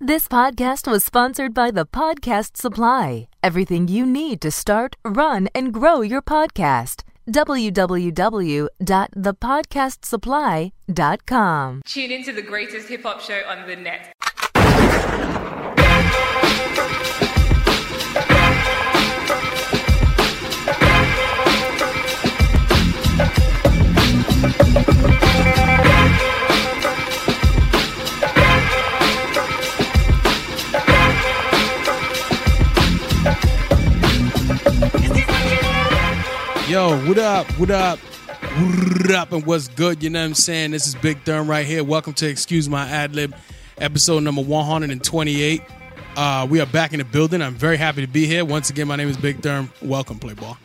This podcast was sponsored by The Podcast Supply. Everything you need to start, run, and grow your podcast. www.thepodcastsupply.com. Tune into the greatest hip hop show on the net. Yo, what up? What up? What up? And what's good? You know what I'm saying? This is Big Thurm right here. Welcome to Excuse My Ad Lib, episode number 128. Uh, we are back in the building. I'm very happy to be here. Once again, my name is Big Thurm. Welcome, Play Ball.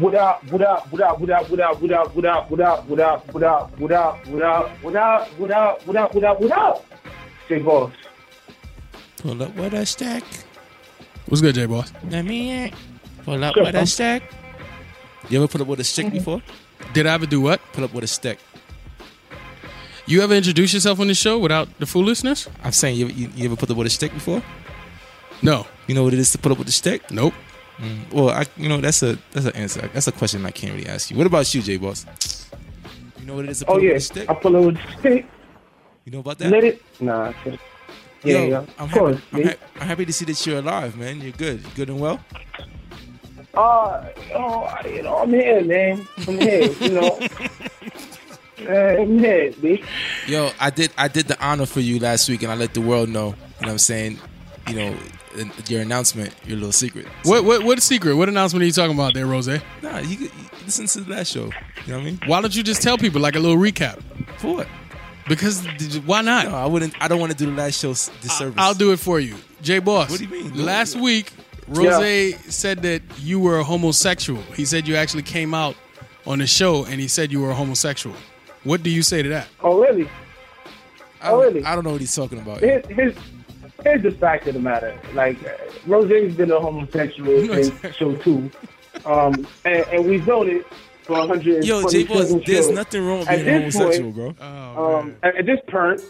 What up, what up, what up, what up, what up, what up, what up, what up, what up, what up, what up, what up, what up, what up, what up, what up, what up? Say boss. Pull up with a stack. What's good, J Boss? Let me in. Pull up Sure. Mm-hmm. with a stack. You ever pull up with a stick before? Did I ever do what? Pull up with a stick. You ever introduce yourself on the show without the foolishness? I'm saying you, you, you ever pull up with a stick before? No. You know what it is to pull up with a stick? Nope. Well, I you know that's a that's an answer. That's a question I can't really ask you. What about you, J Boss? You know what it is to pull Oh up with yeah, a stick? I pull over the stick, You know about that? let it. Nah, I said- yeah, Yo, yeah, I'm of happy, course. I'm, yeah. ha- I'm happy to see that you're alive, man. You're good. You're good and well. Uh, oh, you know, I'm here, man. I'm here, you know. Uh, I'm here, bitch. Yo, I did I did the honor for you last week, and I let the world know. You know what I'm saying? You know, in- your announcement, your little secret. So- What, what, what secret? What announcement are you talking about there, Rose? Why Nah, you, could, you listen to the last show. You know what I mean? don't you just tell people like a little recap? For what? Because did you- why not? No, I wouldn't. I don't want to do the last show s- disservice. I'll do it for you. J Boss. What do you mean? Last week, Rose said that you were a homosexual. He said you actually came out on the show and he said you were a homosexual. What do you say to that? Oh really? I don't, Oh, really? I don't know what he's talking about. Here's, here's, here's the fact of the matter. Like, uh, Rose's been a homosexual No, since show two. Um, and, and we've known it for 127 Yo, J Boss, there's shows. nothing wrong with At being this homosexual, point- bro. Oh, Um, at at this point,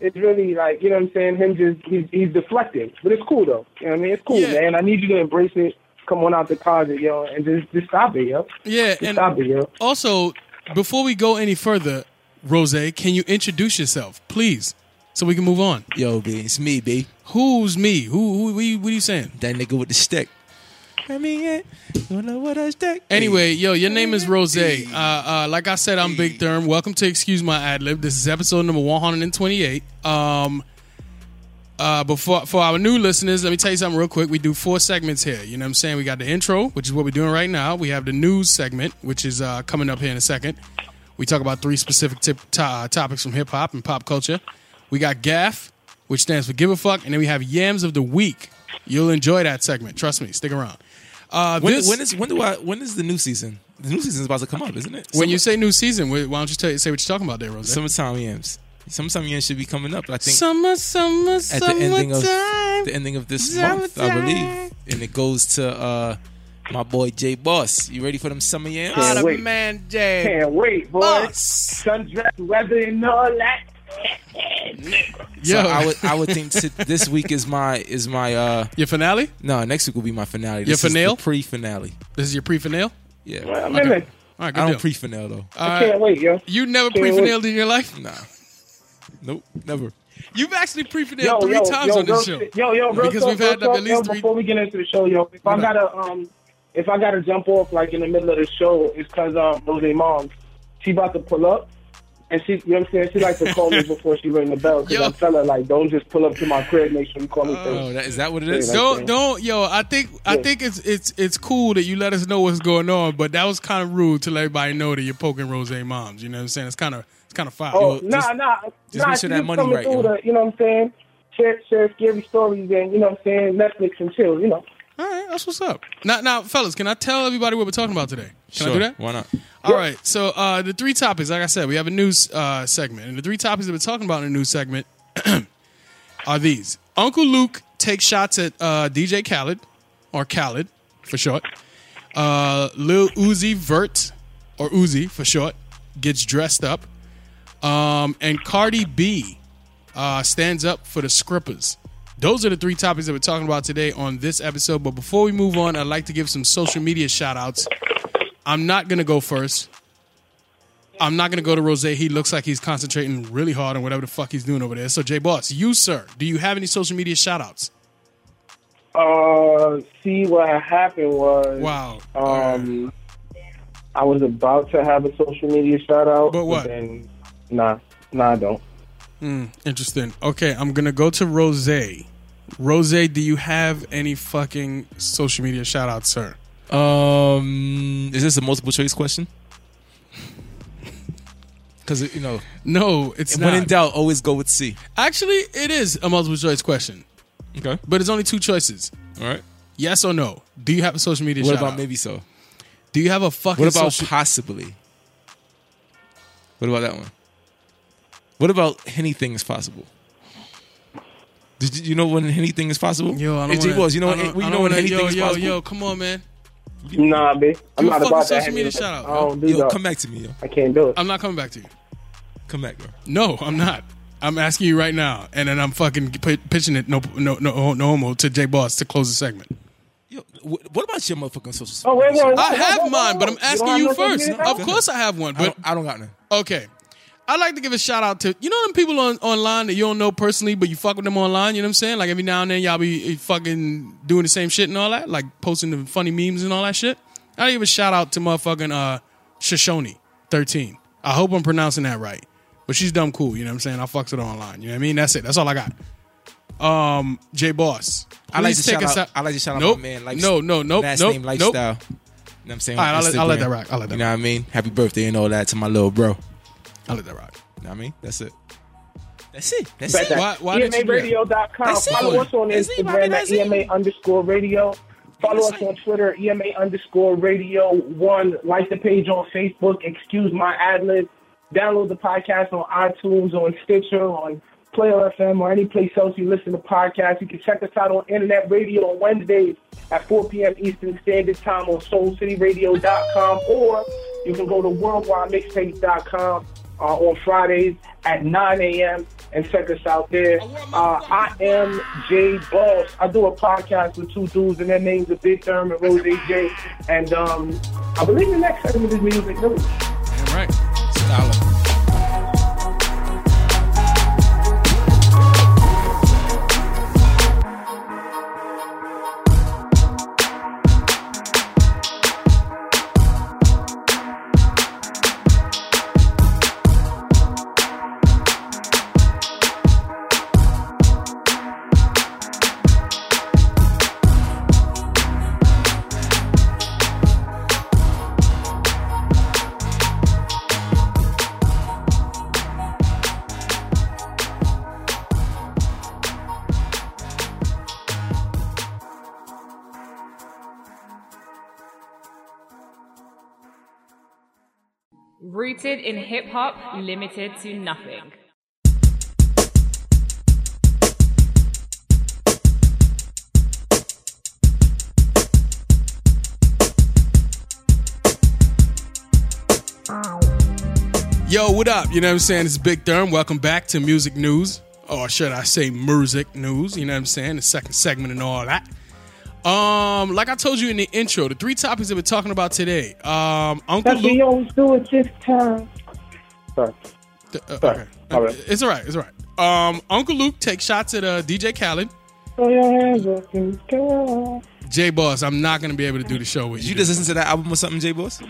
it's really like, you know what I'm saying? Him just, he's, he's deflecting. But it's cool, though. You know what I mean? It's cool, Yeah. man. I need you to embrace it. Come on out the closet, yo, and just, just stop it, yo. yeah, Just and stop it, yo. also, before we go any further, Rose, can you introduce yourself, please, so we can move on? Yo, B, it's me, B. Who's me? Who? who what, you, what are you saying? That nigga with the stick. I mean, eh, don't know what a stick. is. Anyway, yo, your name is Rose. Uh, uh, like I said, I'm Big Therm. Welcome to Excuse My Ad Lib. This is episode number 128. Um, uh, but for, for our new listeners, let me tell you something real quick. We do four segments here. You know what I'm saying? We got the intro, which is what we're doing right now. We have the news segment, which is uh, coming up here in a second. We talk about three specific tip, to, uh, topics from hip hop and pop culture. We got GAF, which stands for Give a Fuck, and then we have Yams of the Week. You'll enjoy that segment. Trust me. Stick around. Uh, when, this- when is when do I when is the new season? The new season's about to come up, isn't it? when you say new season, why why don't you tell, say what you're talking about there, Rose? Summer- summertime yams, summertime yams should be coming up. I think summer, summer, at the ending of the ending of this month, I believe, and it goes to uh, my boy J Boss. You ready for them summer yams? Yeah. Out of Wait. man, Jay. Can't wait, boy. Us. Sundress weather and all that. So Yo. I would I would think t- this week is my is my uh Your finale? no next week will be my finale. Your This is the finale? pre-finale. This is your pre-finale? Yeah, I I mean, like, All right, good don't deal. pre-finale though. All I right. can't wait, yo. You never Can't wait. pre-finaled in your life? Nah, nope, never. You've actually pre-finaled yo, three yo, times yo, on this real- show. Yo, yo, real Because talk, we've had up real talk, at least yo, three- Before we get into the show, yo, if I What up? gotta um, if I gotta jump off like in the middle of the show, it's because um, Rose mom, she about to pull up. And she, you know what I'm saying? She likes to call me before she ring the Yo. bell because I tell her like, don't just pull up to my crib. Make sure you call me Oh, first. that, is that what it is? Yeah, like- Don't don't yo. I think I Yeah. think it's it's it's cool that you let us know what's going on, but that was kind of rude to let everybody know that you're poking Rose moms. You know what I'm saying? It's kind of it's kind of foul. Oh, just- nah, nah, just nah. make she sure that just money coming right, through yo. the, you know what I'm saying? Share, share scary stories and you know what I'm saying? Netflix and chill, you know. All right, that's what's up. Now, now, fellas, can I tell everybody what we're talking about today? Can I do that? Why not? All right. So uh, the three topics, like I said, we have a news uh, segment, and the three topics that we're talking about in the news segment are these: Uncle Luke takes shots at uh, DJ Khaled, or Khaled for short. Uh, Lil Uzi Vert, or Uzi for short, gets dressed up, um, and Cardi B uh, stands up for the Scrippers. Those are the three topics that we're talking about today on this episode. But before we move on, I'd like to give some social media shout outs. I'm not going to go first. I'm not going to go to Rose. He looks like he's concentrating really hard on whatever the fuck he's doing over there. So, J Boss, you, sir, do you have any social media shout outs? Uh, see what happened was. Wow. Um, I was about to have a social media shout out, But what? then, nah, nah, I don't. Interesting. Okay, I'm gonna go to Rose. Rose, do you have any fucking social media shout outs, sir? Um, is this a multiple choice question? Because you know, No, it's when not. in doubt, always go with C. Actually, it is a multiple choice question, Okay, but it's only two choices: all right. yes or no. Do you have a social media? What shout about out? maybe so? Do you have a fucking? What about social- possibly? What about that one? What about anything is possible? Did you, you know when anything is possible? Yo, I don't Hey, J wanna- Boss, you know I when- don't- you I know don't when wanna- anything yo, is yo, possible. yo, come on, man. Nah, bitch. I'm Do a not fucking about that. social media shout out, I don't do Yo, that. come back to me, yo. I can't do it. I'm not coming back to you. Come back, bro. No, I'm not. I'm asking you right now, and then I'm fucking p- pitching it. No, no, no, no homo to J Boss to close the segment. Yo, wh- what about your motherfucking social? Oh, wait, wait, wait. I Whoa, whoa, have mine, whoa, but I'm whoa. You asking don't you have no first. social media Of account? course, I have one, I but don't, I don't got none. Okay. I'd like to give a shout out to you know them people on online that you don't know personally, but you fuck with them online. You know what I'm saying? Like every now and then y'all be eh, fucking doing the same shit and all that, like posting the funny memes and all that shit. I'd give a shout out to motherfucking uh, Shoshone thirteen. I hope I'm pronouncing that right, but she's dumb cool. You know what I'm saying? I fucks with her online. You know what I mean? That's it. That's all I got. Um, J Boss. I like to please take shout us out. I like to shout nope. out my man. Like, no, no, nope, Last nope, name nope. lifestyle. You know what I'm saying? All right, I'll let- I'll let Instagram. that rock. I'll let that You know what I mean? Happy birthday and all that to my little bro. You I'll let that rock. know what I mean? That's it. That's it. That's Bet it. that. Why- why did E you do that? EMAradio.com. That's it. Follow us on That's it, my man, Instagram that's at it. EMA underscore radio. Follow us That's it. on Twitter, EMA underscore radio one. Like the page on Facebook, excuse my ad lib. Download the podcast on iTunes, on Stitcher, on Player FM, or any place else you listen to podcasts. You can check us out on Internet Radio on Wednesdays at 4 p.m. Eastern Standard Time on SoulCityRadio.com, or you can go to WorldwideMixtape.com uh, on Fridays at 9 a.m. and check us out there. Uh, I am Jay Boss. I do a podcast with two dudes, and their names are Big Therm and Rose J. And um, I believe the next segment is music news. All right. Dollar. Rooted in hip hop, limited to nothing. Yo, what up? You know what I'm saying? It's Big Durham. Welcome back to Music News, or should I say Music News? You know what I'm saying? The second segment and all that. Um, like I told you in the intro, the three topics that we're talking about today. Um, Uncle That's what you Luke. always do at this time. Sorry. uh, okay. Sorry. All right. It's all right. It's all right. Um, Uncle Luke takes shots at uh, DJ Khaled. Throw your hands up in the sky. J Boss, I'm not gonna be able to do the show with Did you. you just listen to that album or something, J Boss?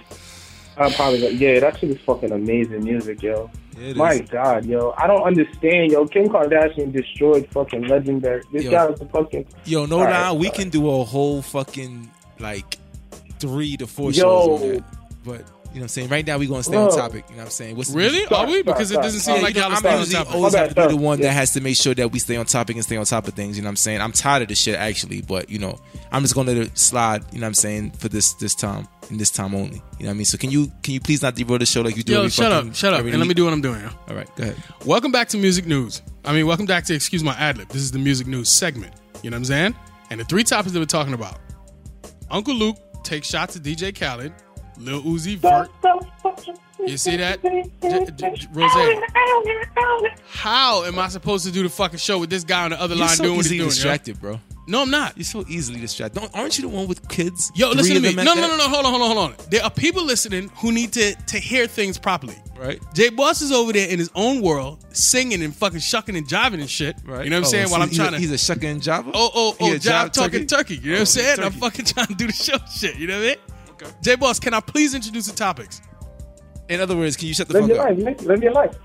I apologize. Yeah, that shit is fucking amazing music, yo. Yeah, it My is. God, yo. I don't understand, yo. Kim Kardashian destroyed fucking legendary. This Yo. guy is a fucking. Yo, no All right, lie, we all can do a whole fucking like three to four Yo. shows on that. But you know what I'm saying? Right now we gonna stay Bro. on topic. You know what I'm saying? What's the- really? Sorry, Are we? sorry, Because it sorry, doesn't sorry. seem like you know, y'all are I'm staying on usually topic. always My have to bad, be the sorry. one Yeah. that has to make sure that we stay on topic and stay on top of things. You know what I'm saying? I'm tired of this shit actually, but you know, I'm just gonna let it slide. You know what I'm saying? For this this time and this time only. You know what I mean? So can you can you please not derail the show like you do? Yo, every shut fucking- up, shut up, every and let me week? do what I'm doing. yo. All right, go ahead. Welcome back to Music News. I mean, welcome back to Excuse My Ad Lib. This is the Music News segment. You know what I'm saying? And the three topics that we're talking about Uncle Luke takes shots at DJ Khaled, Lil Uzi Vert, You see that? J- J- J- Rose, how am I supposed to do the fucking show with this guy on the other You're line so doing what he's easily doing? yo? distracted, bro. No, I'm not. You're so easily distracted. Don't, aren't you the one with kids? Yo, Three listen to of me. them at No, that? no, no, no. Hold on, hold on, hold on. There are people listening who need to to hear things properly. Right. Jay Boss is over there in his own world, singing and fucking shucking and jiving and shit. Right. You know what I'm Oh, saying? so While I'm he's trying a, to he's a shucker and Java. oh, oh, He oh, a job talking turkey. You know what I'm Oh, saying? I'm turkey. fucking trying to do the show shit. You know what I mean? Okay. J Boss, can I please introduce the topics? In other words, can you shut the Live fuck your up? life, man. Live your life.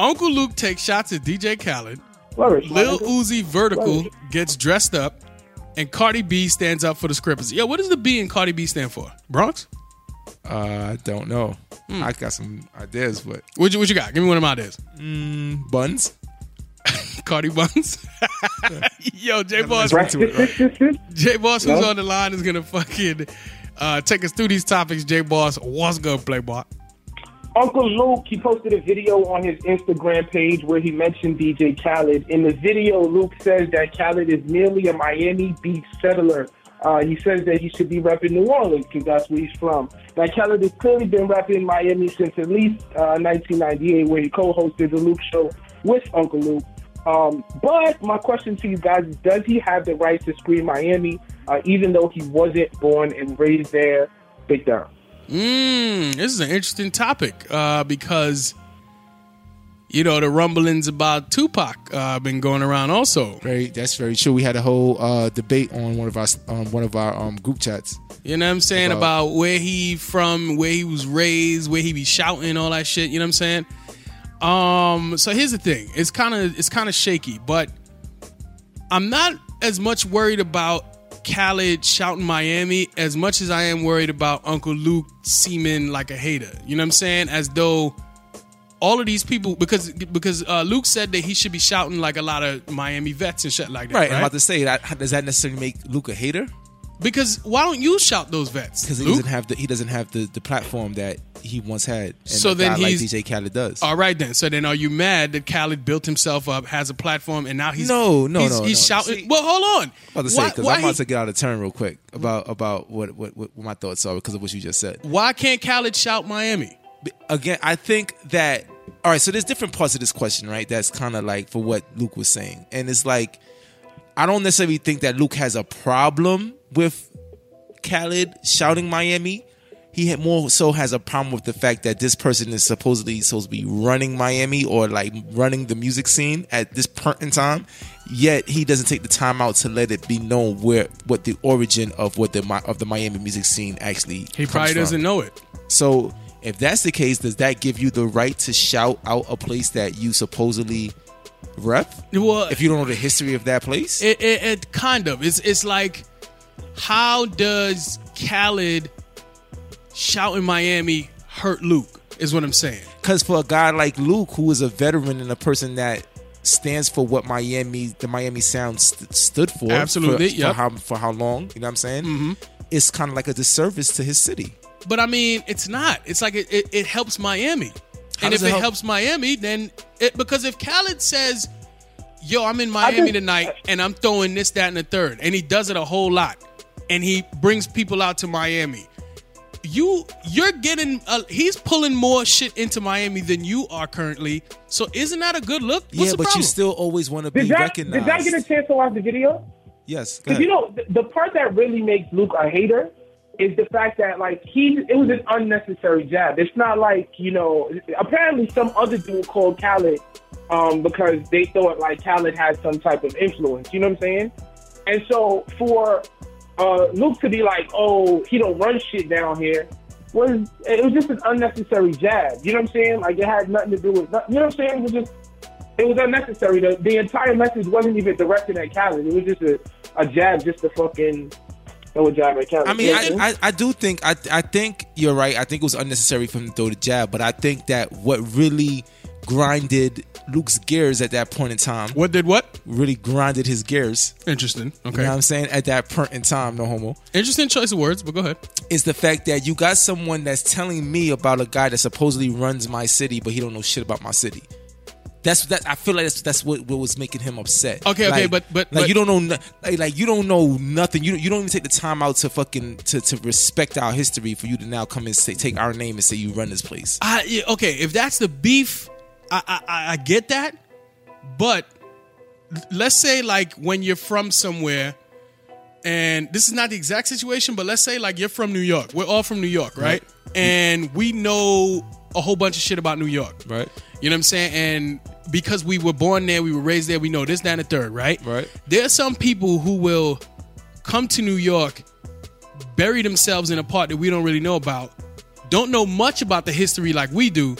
Uncle Luke takes shots at DJ Khaled. Flourish. my Lil nigga. Uzi Vertical Right. gets dressed up, and Cardi B stands up for the scrippers. Yo, what does the B in Cardi B stand for? Bronx? Uh, I don't know. Hmm. I got some ideas, but What you, what you got? Give me one of my ideas. buns. Cardi Buns. Yo, J Boss. Right. Right. This, this, this, J Boss who's No. on the line is gonna fucking uh, take us through these topics. J Boss, what's good, Playboy? Uncle Luke, he posted a video on his Instagram page where he mentioned DJ Khaled. In the video, Luke says that Khaled is merely a Miami Beach settler. Uh, he says that he should be rapping New Orleans because that's where he's from. Now, Khaled has clearly been rapping in Miami since at least uh, 1998, where he co hosted The Luke Show with Uncle Luke. Um, but my question to you guys is Does he have the right to scream Miami, uh, even though he wasn't born and raised there? Big down. Mm, this is an interesting topic uh, because you know the rumblings about Tupac uh, been going around also. Very. That's very true. We had a whole uh, debate on one of our on one of our um, group chats. You know what I'm saying about, About- where he from, where he was raised, where he be shouting all that shit. You know what I'm saying? Um, so here's the thing: it's kind of it's kind of shaky, but I'm not as much worried about Khaled shouting Miami as much as I am worried about Uncle Luke seeming like a hater. You know what I'm saying? As though all of these people because because uh, Luke said that he should be shouting like a lot of Miami vets and shit like that. Right. Right. I'm about to say that. Does that necessarily make Luke a hater? because why don't you shout those vets? Because he Luke? doesn't have the he doesn't have the, the platform that he once had. And So a then guy like he's- DJ Khaled does. All right then. So then, are you mad that Khaled built himself up, has a platform, and now he's No, no, he's, no, he's no. shouting. See- well, hold on. I'm about to say why, because why I'm about he- to get out of turn real quick about about what what, what my thoughts are because of what you just said. why can't Khaled shout Miami? again, I think that all right. So there's different parts of this question, right? That's kind of like for what Luke was saying, and it's like I don't necessarily think that Luke has a problem with Khaled shouting Miami. He had more so has a problem with the fact that this person is supposedly supposed to be running Miami or like running the music scene at this point in time. Yet he doesn't take the time out to let it be known where what the origin of what the Mi- of the Miami music scene actually He comes probably from. doesn't know it. So if that's the case, does that give you the right to shout out a place that you supposedly rep? Well, If you don't know the history of that place? It, it, it kind of. It's it's like how does Khaled shouting Miami hurt Luke? Is what I'm saying. Because for a guy like Luke, who is a veteran and a person that stands for what Miami, the Miami sound st- stood for, Absolutely, for, yep. for how for how long? You know what I'm saying? Mm-hmm. It's kind of like a disservice to his city. But I mean, it's not. It's like it, it, it helps Miami. How and if does it it help? helps Miami, then it because if Khaled says, "Yo, I'm in Miami think- tonight and I'm throwing this, that, and the third, and he does it a whole lot, and he brings people out to Miami, you you're getting uh, he's pulling more shit into Miami than you are currently. So isn't that a good look? What's yeah, the but problem? you still always want to be Did that, did recognized. that get a chance to watch the video? yes, go Because you ahead. know the, the part that really makes Luke a hater is the fact that like he it was an unnecessary jab. It's not like you know apparently some other dude called Khaled um, because they thought like Khaled had some type of influence. You know what I'm saying? And so for uh, Luke to be like, oh, he don't run shit down here. Was it was just an unnecessary jab? You know what I'm saying? Like it had nothing to do with you know what I'm saying. It was just it was unnecessary. The, the entire message wasn't even directed at Khaled. It was just a, a jab, just to fucking throw a jab at Khaled. I mean, Yeah, man. I, I, I do think I I think you're right. I think it was unnecessary for him to throw the jab, but I think that what really grinded Luke's gears at that point in time what did what? really grinded his gears. Interesting. You Okay, know what I'm saying? At that point in time, no homo. interesting choice of words, but go ahead. Is the fact that you got someone that's telling me about a guy that supposedly runs my city, but he don't know shit about my city. That's that. I feel like that's that's what, what was making him upset. Okay, okay, Like- but- but- like but- you don't know, no- like, like you don't know nothing. You don't- you don't even take the time out to fucking to, to respect our history for you to now come and say, take our name and say you run this place. I yeah, okay, if that's the beef, I, I I- I get that, but let's say like when you're from somewhere, and this is not the exact situation, but let's say like you're from New York. We're all from New York, right? And we know a whole bunch of shit about New York, Right. You know what I'm saying? And because we were born there, we were raised there, we know this, that, and the third, right? Right. There are some people who will come to New York, bury themselves in a part that we don't really know about, don't know much about the history like we do,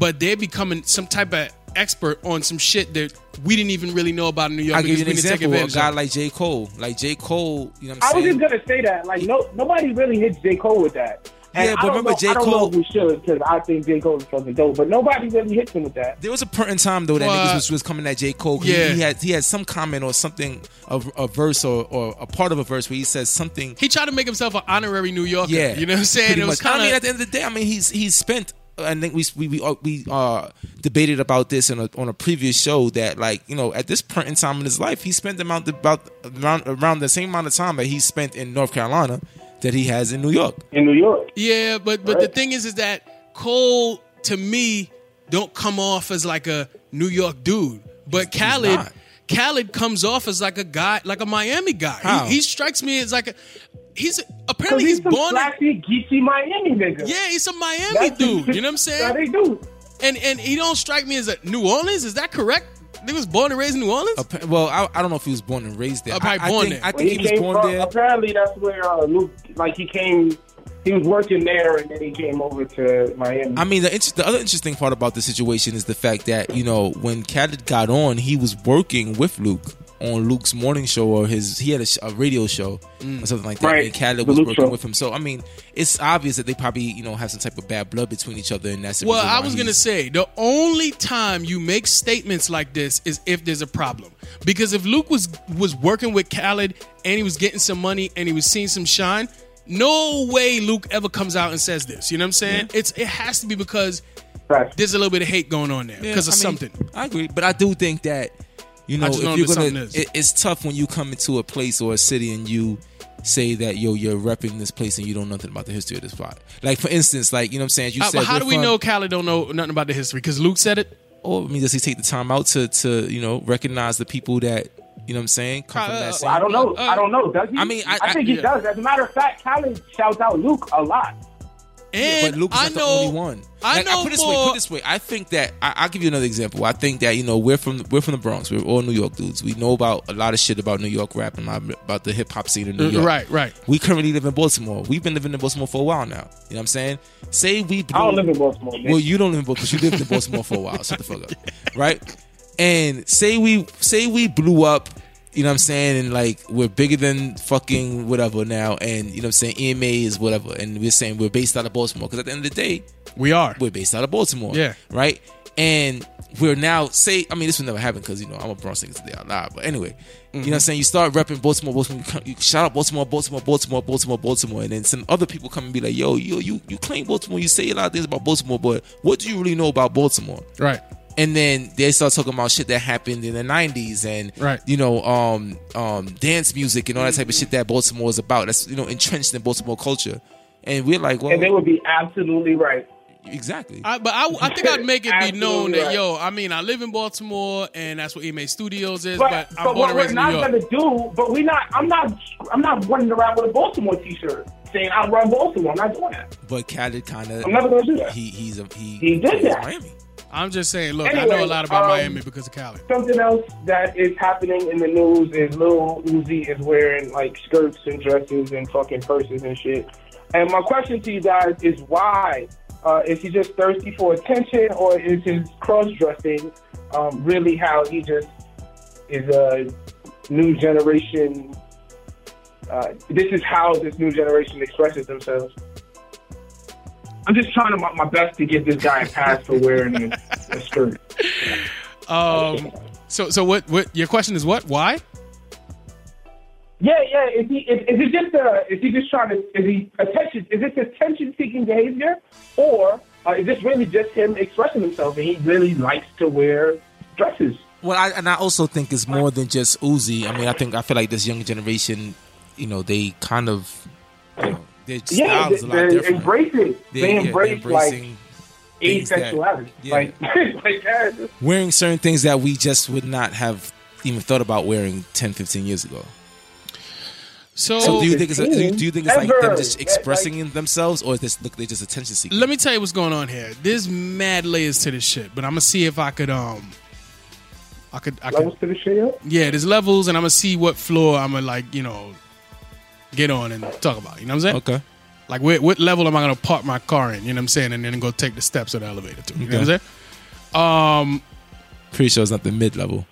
but they're becoming some type of expert on some shit that we didn't even really know about in New York I'll give because you an we didn't example. A take guy advantage. like J. Cole, like J. Cole, you know what I I'm was saying? just gonna say that. Like, no, nobody really hits J Cole with that. And Yeah, I but don't remember know, J. I don't Cole- know if we should because I think J Cole is fucking dope, but nobody really hits him with that. there was a point in time though that Well, niggas was, was coming at J. Cole. 'cause yeah. He, he had he had some comment or something of a verse or, or a part of a verse where he says something He tried to make himself an honorary New Yorker. Yeah, You know what I'm saying? pretty It was much. I kind mean, of at the end of the day, I mean, he's he's spent. I think we we we, uh, we uh, debated about this in a, on a previous show that like you know at this point in time in his life, he spent the amount about around around the same amount of time that he spent in North Carolina that he has in New York. in New York. Yeah, but but the thing is, is that Cole to me don't come off as like a New York dude, but Khaled. not. Khaled comes off as like a guy, like a Miami guy. How? He, he strikes me as like a. He's Cause apparently he's, he's, some born. in- classy, geeky Miami nigga. yeah, he's a Miami That's the- dude. You know what I'm Yeah, saying? they do. And and he don't strike me as a New Orleans. Is that correct? He was born and raised in New Orleans. Appa- Well, I, I don't know if he was born and raised there. Uh, I, probably I born think, there. I Where think he he was came born from, there. apparently that's where uh, Luke, like he came, he was working there, and then he came over to Miami. I mean, the, inter- the other interesting part about the situation is the fact that you know when Khaled got on, he was working with Luke on Luke's morning show or his he had a, sh- a radio show or something like that. Mm. Right. And Khaled The was Luke working show. with him, so I mean, it's obvious that they probably you know have some type of bad blood between each other, and that's the Well, reason I why was gonna he's- say the only time you make statements like this is if there's a problem. Because if Luke was was working with Khaled and he was getting some money and he was seeing some shine, no way Luke ever comes out and says this. You know what I'm saying? It's it has to be because Facts. there's a little bit of hate going on there because I of mean, something. I agree, but I do think that you know just if don't you're know what gonna, something is. it, it's tough when you come into a place or a city and you say that yo you're repping this place and you don't know nothing about the history of this spot. Like for instance, like you know what I'm saying. You Uh, said but how we're do we from- know Khaled don't know nothing about the history? Because Luke said it. Or I mean, does he take the time out to to you know recognize the people that you know what I'm saying come from Uh, that same? I don't know. Uh, I don't know. Does he? I mean, I- think I- he yeah. does. As a matter of fact, Khaled shouts out Luke a lot. And but Luke's I not know, the only one. I Like, know put it this more. way. Put it this way. I think that I, I'll give you another example. I think that you know we're from we're from the Bronx. We're all New York dudes. We know about a lot of shit about New York rap and a lot about the hip hop scene in New York. Uh, Right, right. We currently live in Baltimore. We've been living in Baltimore for a while now. You know what I'm saying? Say we. I don't live in Baltimore. Man. Well, you don't live in Baltimore. 'cause You lived in Baltimore for a while. Shut the fuck up, right? And say we say we blew up. You know what I'm saying? And like we're bigger than fucking whatever now. And you know what I'm saying? EMA is whatever. And we're saying we're based out of Baltimore because at the end of the day, We are. we're based out of Baltimore. Yeah. Right? And we're now say I mean this would never happen because you know I'm a Bronx nigga today out loud. But anyway, you Mm-hmm. know what I'm saying? You start repping Baltimore, Baltimore, you, come- you shout out Baltimore, Baltimore, Baltimore, Baltimore, Baltimore, and then some other people come and be like, yo, yo, you you claim Baltimore, you say a lot of things about Baltimore, but what do you really know about Baltimore? Right. and then they start talking about shit that happened in the 90s and Right. Mm-hmm. you know um um dance music and all that type of shit that baltimore is about that's you know entrenched in baltimore culture and we're like well and they would be absolutely right. exactly I, but I, I think I'd make it be known Absolutely that right. yo, I mean, I live in Baltimore, and that's where EMA Studios is. But, But, I'm but born what and we're raised in New not York. gonna do, but we not. I'm not. I'm not running around with a Baltimore T-shirt saying I run Baltimore. I'm not doing that. but Khaled kind of I'm never gonna do that. he he's a he He did he's that. miami I'm just saying. Look, I Anyway, know a lot about um, Miami because of Cali. Something else that is happening in the news is Lil Uzi is wearing like skirts and dresses and fucking purses and shit. And my question to you guys is why? Uh, is he just thirsty for attention, or is his cross dressing um, really how he just is a new generation? Uh, this is how this new generation expresses themselves. I'm just trying to my, my best to give this guy a pass for wearing a, a skirt. Um, so, so what? What your question is? What? Why? Yeah, yeah. Is he is, is it just uh is he just trying to is he attention is this attention seeking behavior or uh, is this really just him expressing himself and he really likes to wear dresses. Well, I, and I also think it's more than just Uzi. I mean, I think I feel like this young generation, you know, they kind of you know, their Yeah, style they, is a lot they different. embrace it. They, They- yeah, they're embrace like embracing things that- asexuality. yeah. Like, like that. wearing certain things that we just would not have even thought about wearing 10, 15 years ago. So, So do you think it's a, do you- do you think it's like them Oh, Ever. just That, expressing themselves, or is this look they're just attention seeking? let me tell you what's going on here. There's mad layers to this shit, but I'm gonna see if I could um, I could I could levels to the shit. yo. yeah. There's levels, and I'm gonna see what floor I'm gonna like you know get on and talk about. You know what I'm saying? Okay. Like, what, what level am I going to park my car in? You know what I'm saying? And then go take the steps of the elevator to. You know what I'm saying? Um, Pretty sure it's not the mid level.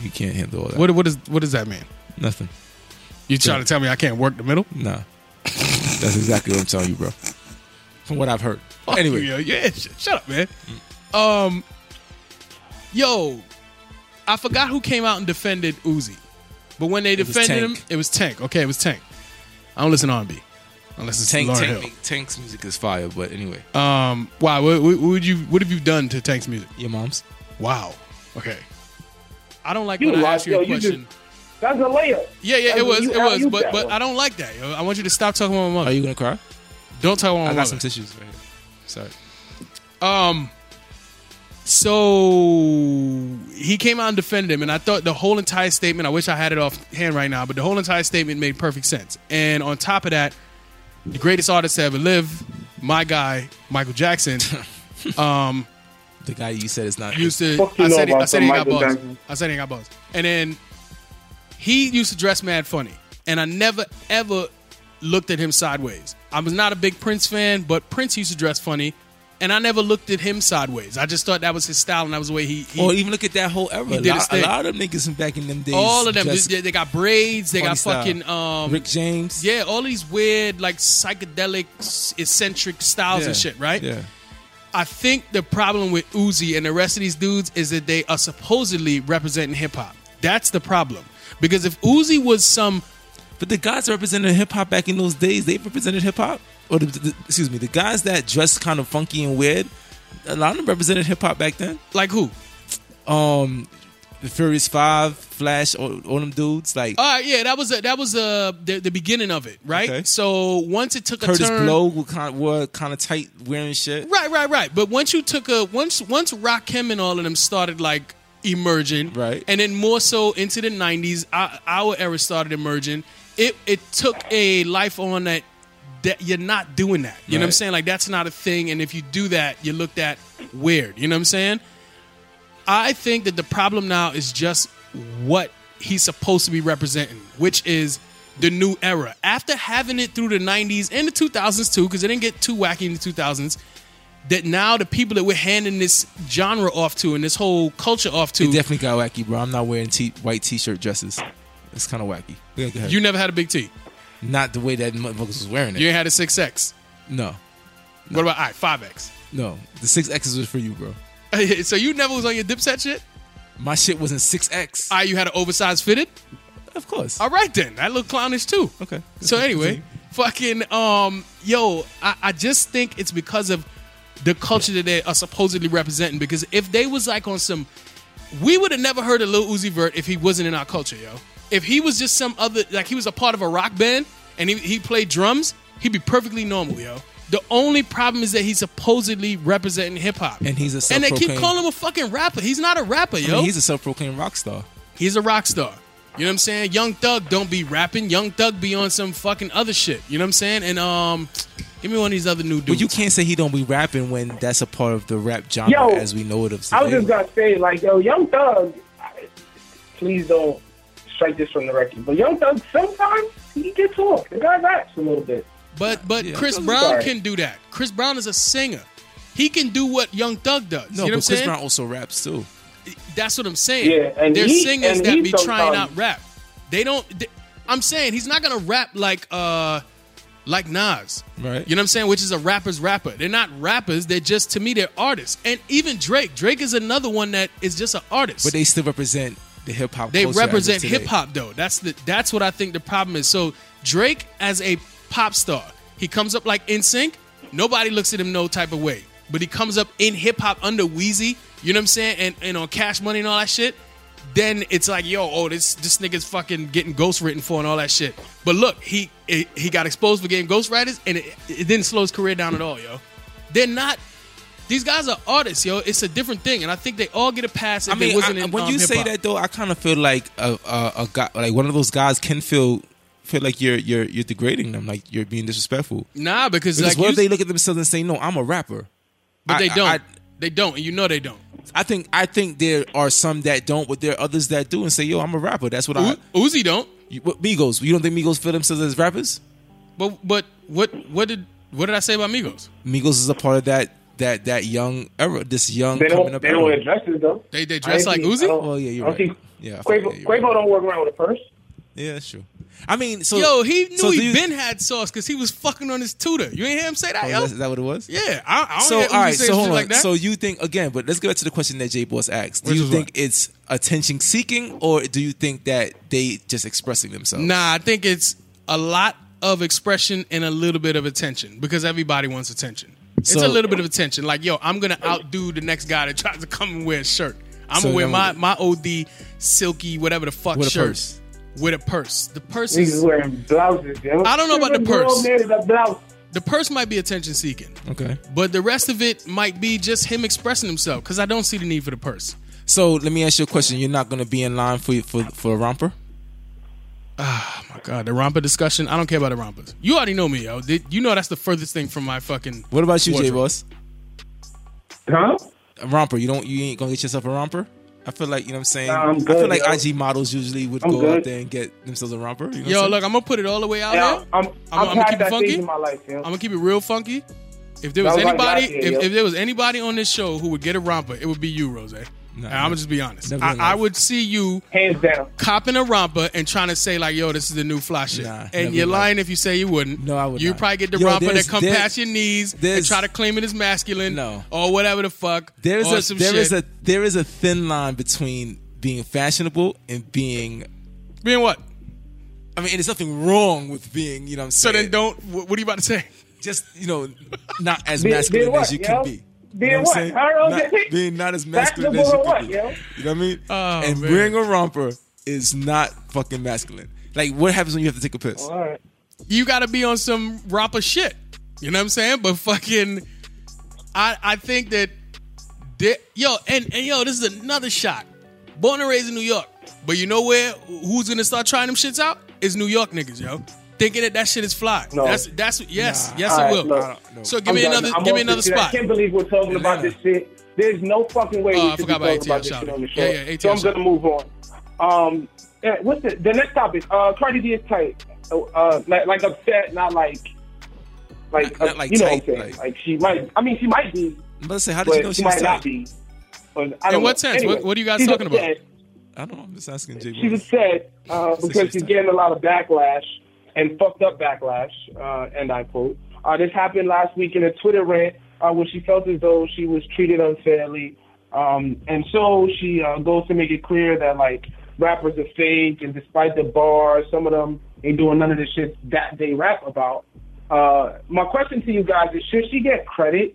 You can't handle all that. what what does what does that mean? Nothing. You trying Yeah. to tell me I can't work the middle? Nah. That's exactly what I'm telling you, bro. From what I've heard. Anyway, yeah, yeah sh- shut up, man. Um, yo, I forgot who came out and defended Uzi, but when they was defended him, Tank. it was Tank. Okay, it was Tank. I don't listen to R&B unless it's Tank, Lauryn Tank, Tank's music is fire, but anyway, Hill. Um, wow, what, what, what would you what have you done to Tank's music? your mom's. Wow. Okay. I don't like You when I lost, ask you yo, a you question. just- That's a layup. Yeah, yeah, it That's- was, you it was, alley-ooped but that but one. I don't like that. yo. I want you to stop talking about my mother. Are you gonna cry? don't talk about my I got mother. some tissues right here. Sorry. Um. So he came out and defended him, and I thought the whole entire statement. I wish I had it off hand right now, but the whole entire statement made perfect sense. And on top of that, the greatest artist to ever live, my guy Michael Jackson, um, The guy you said is not. used to. Fuck you I know said, he, I about said he some got Michael balls. Jackson. I said he got balls. And then he used to dress mad funny, and I never ever looked at him sideways. I was not a big Prince fan, but Prince used to dress funny, and I never looked at him sideways. I just thought that was his style, and that was the way he. he or even look at that whole era. A did his lot, a thing. lot of them niggas in back in them days. all of them, just they, they got braids, they funny got style. fucking um, Rick James. yeah, all these weird like psychedelic s- eccentric styles and shit, right? Yeah. I think the problem with Uzi and the rest of these dudes is that they are supposedly representing hip hop. That's the problem. Because if Uzi was some But the guys that represented hip hop back in those days, they represented hip hop. Or the, the, excuse me, the guys that dressed kind of funky and weird, a lot of them represented hip hop back then. like who? Um, the Furious Five, Flash, all, all them dudes like All right, Uh, yeah, that was a, that was a, the the beginning of it, right? Okay. So once it took a Curtis turn, Blow were kind of were kind of tight wearing shit. right, right, right. But once you took a once once Rakim and all of them started like emerging, Right. and then more so into the '90s, our, our era started emerging. It it took a life on that that you're not doing that. You know what I'm Right. saying? Like that's not a thing. And if you do that, you're looked at weird. You know what I'm saying? I think that the problem now is just what he's supposed to be representing, which is the new era. After having it through the 90s and the 2000s too, because it didn't get too wacky in the 2000s, that now the people that we're handing this genre off to and this whole culture off to, It definitely got wacky, bro. I'm not wearing t- white t-shirt dresses. It's kind of wacky. Yeah, go ahead. you never had a big T. not the way that motherfuckers was wearing it. You ain't had a 6X. No, What about, all right, 5X. no. The six X's was for you, bro. so you never was on your dipset shit? My shit wasn't six X. All right, you had an oversized fitted? Of course. All right then, that looked clownish too. Okay. So anyway, fucking um, yo, I, I just think it's because of the culture that they are supposedly representing. Because if they was like on some, we would have never heard of Lil Uzi Vert if he wasn't in our culture, yo. If he was just some other, like he was a part of a rock band and he, he played drums, he'd be perfectly normal, yo. The only problem is that he's supposedly representing hip hop, And he's a and they keep self-proclaimed- calling him a fucking rapper. He's not a rapper, I yo. mean, he's a self-proclaimed rock star. He's a rock star. You know what I'm saying? Young Thug don't be rapping. Young Thug be on some fucking other shit. You know what I'm saying? And um, give me one of these other new But dudes. you can't say he don't be rapping when that's a part of the rap genre Yo, as we know it of today. I was just gonna say, like, yo, Young Thug. I- Please don't strike this from the record, but Young Thug sometimes he gets off. The guy raps a little bit. but but Yeah. Chris Thug's Brown alright. can do that. Chris Brown is a singer. He can do what Young Thug does. no, you know but what I'm Chris saying? Brown also raps too. That's what I'm saying. Yeah, and There's he- singers and that he be trying sometimes- out rap. They don't. They, I'm saying he's not gonna rap like uh like Nas. Right. You know what I'm saying? Which is a rapper's rapper. They're not rappers. They're just to me they're artists. And even Drake. Drake is another one that is just an artist. But they still represent the hip hop. They culture as of represent today. hip hop though. That's the that's what I think the problem is. So Drake as a pop star, he comes up like NSYNC. Nobody looks at him no type of way. but he comes up in hip hop under Wheezy, you know what I'm saying, and, and on Cash Money and all that shit, then it's like, yo, oh, this this nigga's fucking getting ghostwritten for and all that shit. But look, he he he got exposed for getting ghostwriters, and it, it didn't slow his career down at all, yo. They're not. These guys are artists, yo. It's a different thing, and I think they all get a pass. If I mean, it wasn't I- in, when um, you say hip-hop. that though, I kind of feel like a, a, a guy, like one of those guys, can feel feel like you're you're you're degrading them, like you're being disrespectful. nah, because, like, Because what you- if they look at themselves and say, "No, I'm a rapper," but I- they I- don't, I- they don't, and you know they don't. I think I think there are some that don't, but there are others that do and say, "Yo, I'm a rapper." That's what I. U- Uzi don't. You, what, Migos, you don't think Migos feel themselves as rappers? But but what what did what did I say about Migos? Migos is a part of that that that young era, this young They coming don't. up. They don't era. wear dresses though. They they I dress like ain't see- Uzi. I don't- Oh, yeah, you're I don't right. see- Yeah, I forgot, Quavo, yeah, you're Quavo don't walk around with a purse. Yeah, that's true. I mean, so Yo, he knew so do he you- been had sauce because he was fucking on his tutor. You ain't hear him say that, Oh, yo? that's- is that what it was? Oh, Yeah, I, I don't So hear all Uzi right, say so shit hold on. like that. So you think again, but let's go back to the question that Jay Boss asked. Do Which you is think what? it's attention seeking, or do you think that they just expressing themselves? nah, I think it's a lot of expression and a little bit of attention because everybody wants attention. it's a So- little bit of attention. Like, yo, I'm gonna outdo the next guy that tries to come and wear a shirt. I'm So gonna wear then my what- my OD silky whatever the fuck With a shirt purse. with a purse. The purse is Niggas wearing blouses. Yo. I don't know about the Grown purse. Man is a blouse. the purse might be attention seeking. Okay. But the rest of it might be just him expressing himself because I don't see the need for the purse. So let me ask you a question. You're not going to be in line for for for a romper. Oh my god, the romper discussion. I don't care about the rompers. You already know me, yo. Did- You know that's the furthest thing from my fucking. What about you, Jay wardrobe. Boss? Huh? A romper. You don't. You ain't going to get yourself a romper. I feel like you know what I'm saying. Nah, I'm I feel good, like yo. IG models usually would I'm go out good. there and get themselves a romper. You know Yo, what I'm look, I'm gonna put it all the way out Yeah, there. I'm, I'ma- I'm, I'ma past keep it that funky. stage in my life, yo. I'm gonna keep it real funky. If there That was was like anybody, last year, if, yo. if there was anybody on this show who would get a romper, it would be you, Rose. and I'm gonna just be honest. Never I, in life. I would see you Hands down. copping a romper and trying to say like, "Yo, this is the new fly shit," Nah, never and you're in life. lying if you say you wouldn't. No, I would You not. probably get the Yo, romper that there's- come there- past your knees and there's- try to claim it as masculine, No. or whatever the fuck. There is or a some there shit. is a there is a thin line between being fashionable and being. being what? I mean, and there's nothing wrong with being. You know what I'm So saying. then, don't. wh- What are you about to say? just you know not as Be- masculine being what, as you yo? could be. Being you know what? I'm saying? Huh, Rose? Not- being not as masculine as you Fashionable could or be. what, yo? You know what I mean? Oh, and man. wearing a romper is not fucking masculine. Like what happens when you have to take a piss? All right. you got to be on some rapper shit. You know what I'm saying? But fucking, I I think that, there- yo and and yo, this is another shot. Born and raised in New York, but you know where? Who's gonna start trying them shits out? Is New York niggas, yo. Thinking that that shit is fly. No. That's that's yes, Nah. yes All it right, will. look. I don't know. So give I'm me done. another I'm give me off another this shit. spot. I can't believe we're talking about Atlanta. this shit. There's no fucking way Oh, I we should forgot be about talking ATL about this shout shit out. on the show. Yeah, yeah, so I'm ATL gonna move on. Um, yeah, what's the the next topic? Uh, Cardi B is tight. Uh, Uh, like, like upset, not like, like, Not- not uh, like you know tight, what I'm saying? like- Like, she might. I mean, she might be, Let's say, how did but you know she she was might not tight? be. But I don't In what know. sense? What- Anyway, what are you guys she's talking about? upset. I don't know. I'm just asking Jay. She's Boss. upset uh, because years she's time. getting a lot of backlash and fucked up backlash, uh, and I quote. Uh, this happened last week in a Twitter rant uh, where she felt as though she was treated unfairly. Um, and so she uh, goes to make it clear that, like, rappers are fake, and despite the bars, some of them ain't doing none of the shit that they rap about. Uh, my question to you guys is should she get credit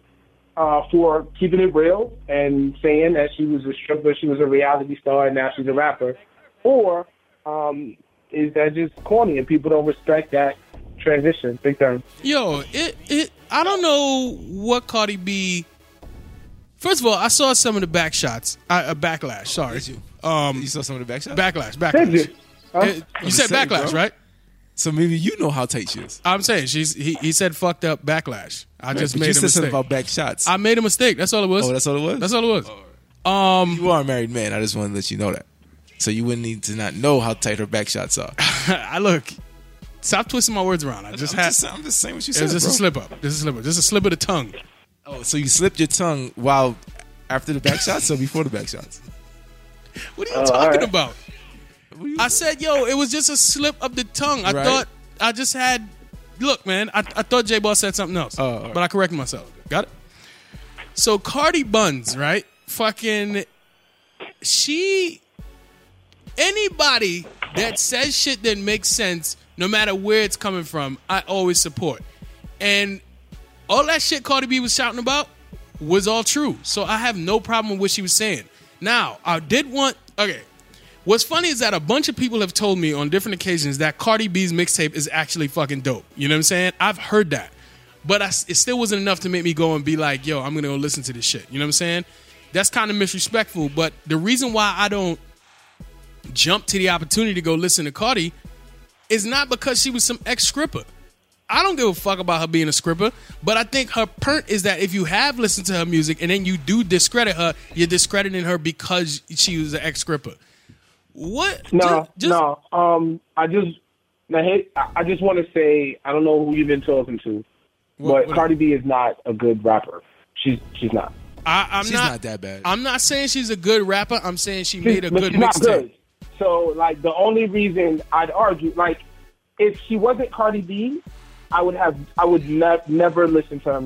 uh, for keeping it real and saying that she was a stripper, she was a reality star, and now she's a rapper? Or um, is that just corny and people don't respect that transition? Big time. Yo, it it I don't know what Cardi B. First of all, I saw some of the back shots. I, uh, backlash. Sorry. did you? Um, You saw some of the backshots. backlash. Did Backlash. you? Huh? It- you said saying, backlash, bro. right? So maybe you know how tight she is. I'm saying she's he, he said fucked up backlash. I just But made you a said mistake. something about back shots. I made a mistake. That's all it was. oh, that's all it was. That's all it was. Um, you are a married man. I just want to let you know that. So you wouldn't need to not know how tight her back shots are. I look. Stop twisting my words around. I just I'm, had. just, I'm just saying what you It said. was just a bro. slip up. This is a slip up. Just a slip of the tongue. Oh, so you slipped your tongue while after the back shots or before the back shots? What are you Oh, all talking right. about? I said, yo, it was just a slip of the tongue. I Right. thought I just had. Look, man, I, I thought J Ball said something else, Oh, all right. but I corrected myself. Got it. So Cardi Buns, right? Fucking, she. Anybody that says shit that makes sense, no matter where it's coming from, I always support. And all that shit Cardi B was shouting about, was all true. So I have no problem with what she was saying. Now, I did want okay. What's funny is that a bunch of people have told me on different occasions that Cardi B's mixtape is actually fucking dope. You know what I'm saying? I've heard that. But I, it still wasn't enough to make me go and be like, yo, I'm going to go listen to this shit. You know what I'm saying? That's kind of disrespectful. But the reason why I don't jump to the opportunity to go listen to Cardi is not because she was some ex stripper. I don't give a fuck about her being a stripper, but I think her perk is that if you have listened to her music and then you do discredit her, you're discrediting her because she was an ex stripper. What? No, Ju- just- no. Um, I just now hit. I I just want to say I don't know who you've been talking to, but what- Cardi B is not a good rapper. She's she's not. I, I'm She's not, not that bad. I'm not saying she's a good rapper. I'm saying she She's- made a but good she's not mixtape. good. So like the only reason I'd argue like if she wasn't Cardi B, I would have I would ne- never listen to her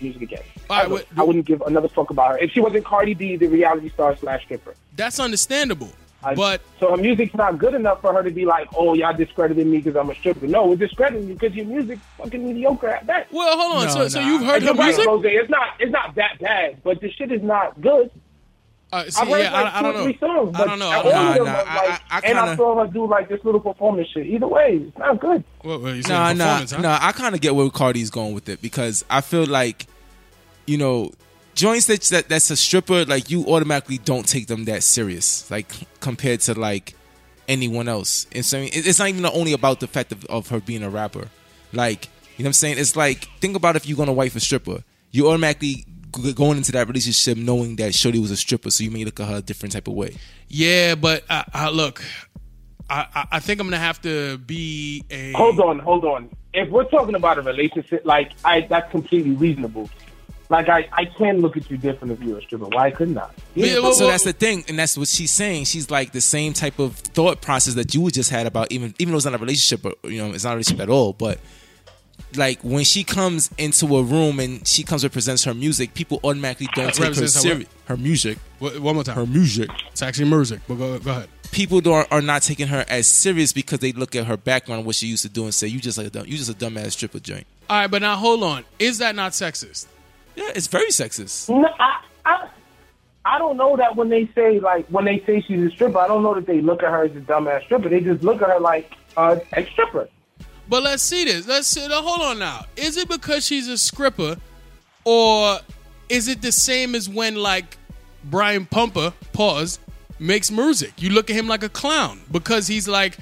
music again. All right, Ever. what- I wouldn't give another fuck about her. If she wasn't Cardi B, the reality star slash stripper. That's understandable. I- but so her music's not good enough for her to be like, oh, y'all discredited me because I'm a stripper. No, we're discrediting you because your music's fucking mediocre at best. well, hold on. No, so, so nah. you've heard You're her right, music? Jose. It's not it's not that bad, but the shit is not good. Uh, see, I've heard yeah, like I, I two or don't know. three songs, I but don't know. I all don't know. Nah, of them nah, are, I- like, I- I and I kinda- saw her do like this little performance shit. Either way, it's not good. Well, well, you said No, no, performance, huh? no. I kind of get where Cardi's going with it because I feel like, you know, joints that, that that's a stripper, like you automatically don't take them that serious, like compared to like anyone else. And so it- it's not even only about the fact of, of her being a rapper. Like you know what I'm saying? It's like think about if you're gonna wife a stripper, you automatically g- going into that relationship knowing that Shorty was a stripper, so you may look at her a different type of way. Yeah, but uh, uh, look, I, I, I think I'm gonna have to be a. Hold on, hold on. If we're talking about a relationship, like I, that's completely reasonable. Like I, I can look at you different if you're a stripper. Why couldn't I? Yeah, well, so well, that's the thing, and that's what she's saying. She's like the same type of thought process that you just had about even even though it's not a relationship, or you know, it's not a relationship at all. But like when she comes into a room and she comes and presents her music, people automatically don't take her Represents her serious. Her music, Wha- one more time. her music. it's actually music, but go, go ahead. People don't, are not taking her as serious because they look at her background, what she used to do, and say, "You just like a dumb, you just a dumbass stripper joint." All right, but now hold on. Is that not sexist? Yeah, it's very sexist. No, I, I, I don't know that when they say like when they say she's a stripper, I don't know that they look at her as a dumbass stripper. They just look at her like uh, a stripper. But let's see this. Let's see. Now, hold on now. Is it because she's a stripper, or is it the same as when like Brian Pumper pause makes music? You look at him like a clown because he's like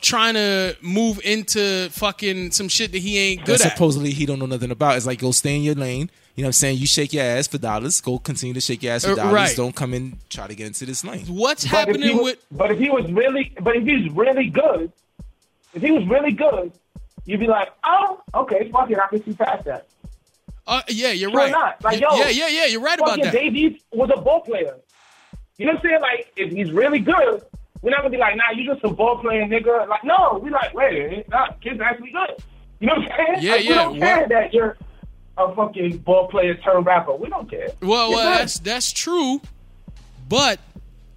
trying to move into fucking some shit that he ain't good that at. supposedly he don't know nothing about. It's like go stay in your lane. You know what I'm saying? You shake your ass for dollars. Go continue to shake your ass for Uh, dollars. right. Don't come and try to get into this lane. What's But if he happening was- with? But if he was really, but if he's really good, if he was really good, you'd be like, oh, okay, fuck it, I can see past that. Uh, yeah, you're Sure right. not. Like, Y- yo, yeah, yeah, yeah, you're right about Fucking that. Davies was a ball player. You know what I'm saying? Like, if he's really good, we're not gonna be like, nah, you just a ball playing nigga. Like, no, we like, wait, a minute, nah, kid's actually good. You know what I'm saying? Yeah, like, yeah, We don't care what- that you're a fucking ball player turned rapper. We don't care. Well, You're well, uh, good. that's that's true, but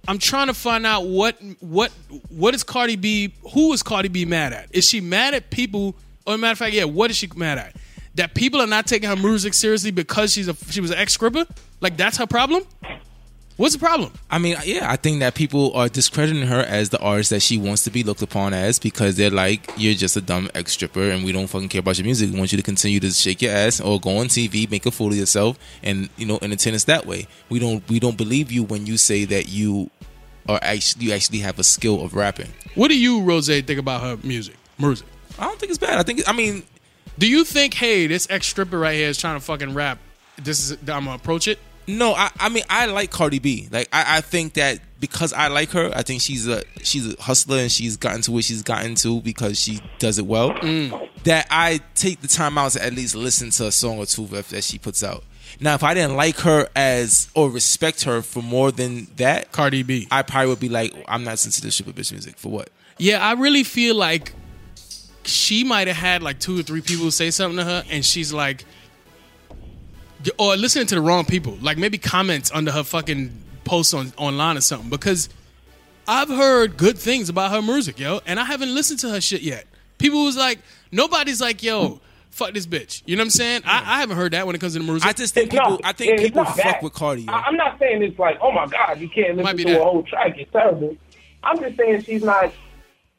I'm trying to find out what what what is Cardi B? Who is Cardi B mad at? Is she mad at people? Or matter of fact, yeah, what is she mad at? That people are not taking her music seriously because she's a she was an ex stripper. Like that's her problem. What's the problem? I mean, yeah, I think that people are discrediting her as the artist that she wants to be looked upon as because they're like, you're just a dumb ex stripper and we don't fucking care about your music. We want you to continue to shake your ass or go on TV, make a fool of yourself, and you know, entertain us that way. We don't we don't believe you when you say that you are actually you actually have a skill of rapping. What do you, Rose, think about her music? Music. I don't think it's bad. I think I mean Do you think, hey, this ex stripper right here is trying to fucking rap? This is I'm gonna approach it. No, I, I mean I like Cardi B. Like I, I think that because I like her, I think she's a she's a hustler and she's gotten to where she's gotten to because she does it well. Mm. That I take the time out to at least listen to a song or two that, that she puts out. Now, if I didn't like her as or respect her for more than that, Cardi B. I probably would be like, I'm not sensitive to stupid bitch music for what. Yeah, I really feel like she might have had like two or three people say something to her, and she's like, or listening to the wrong people. Like maybe comments under her fucking posts on online or something. Because I've heard good things about her music, yo, and I haven't listened to her shit yet. People was like, nobody's like, yo, fuck this bitch. You know what I'm saying? I, I haven't heard that when it comes to the Maruza. I just think It's people. not- I think it's people not fuck that. with Cardi. yo. I, am not saying it's like, oh my god, you can't Might listen be to that. a whole track. It's terrible. I'm just saying she's not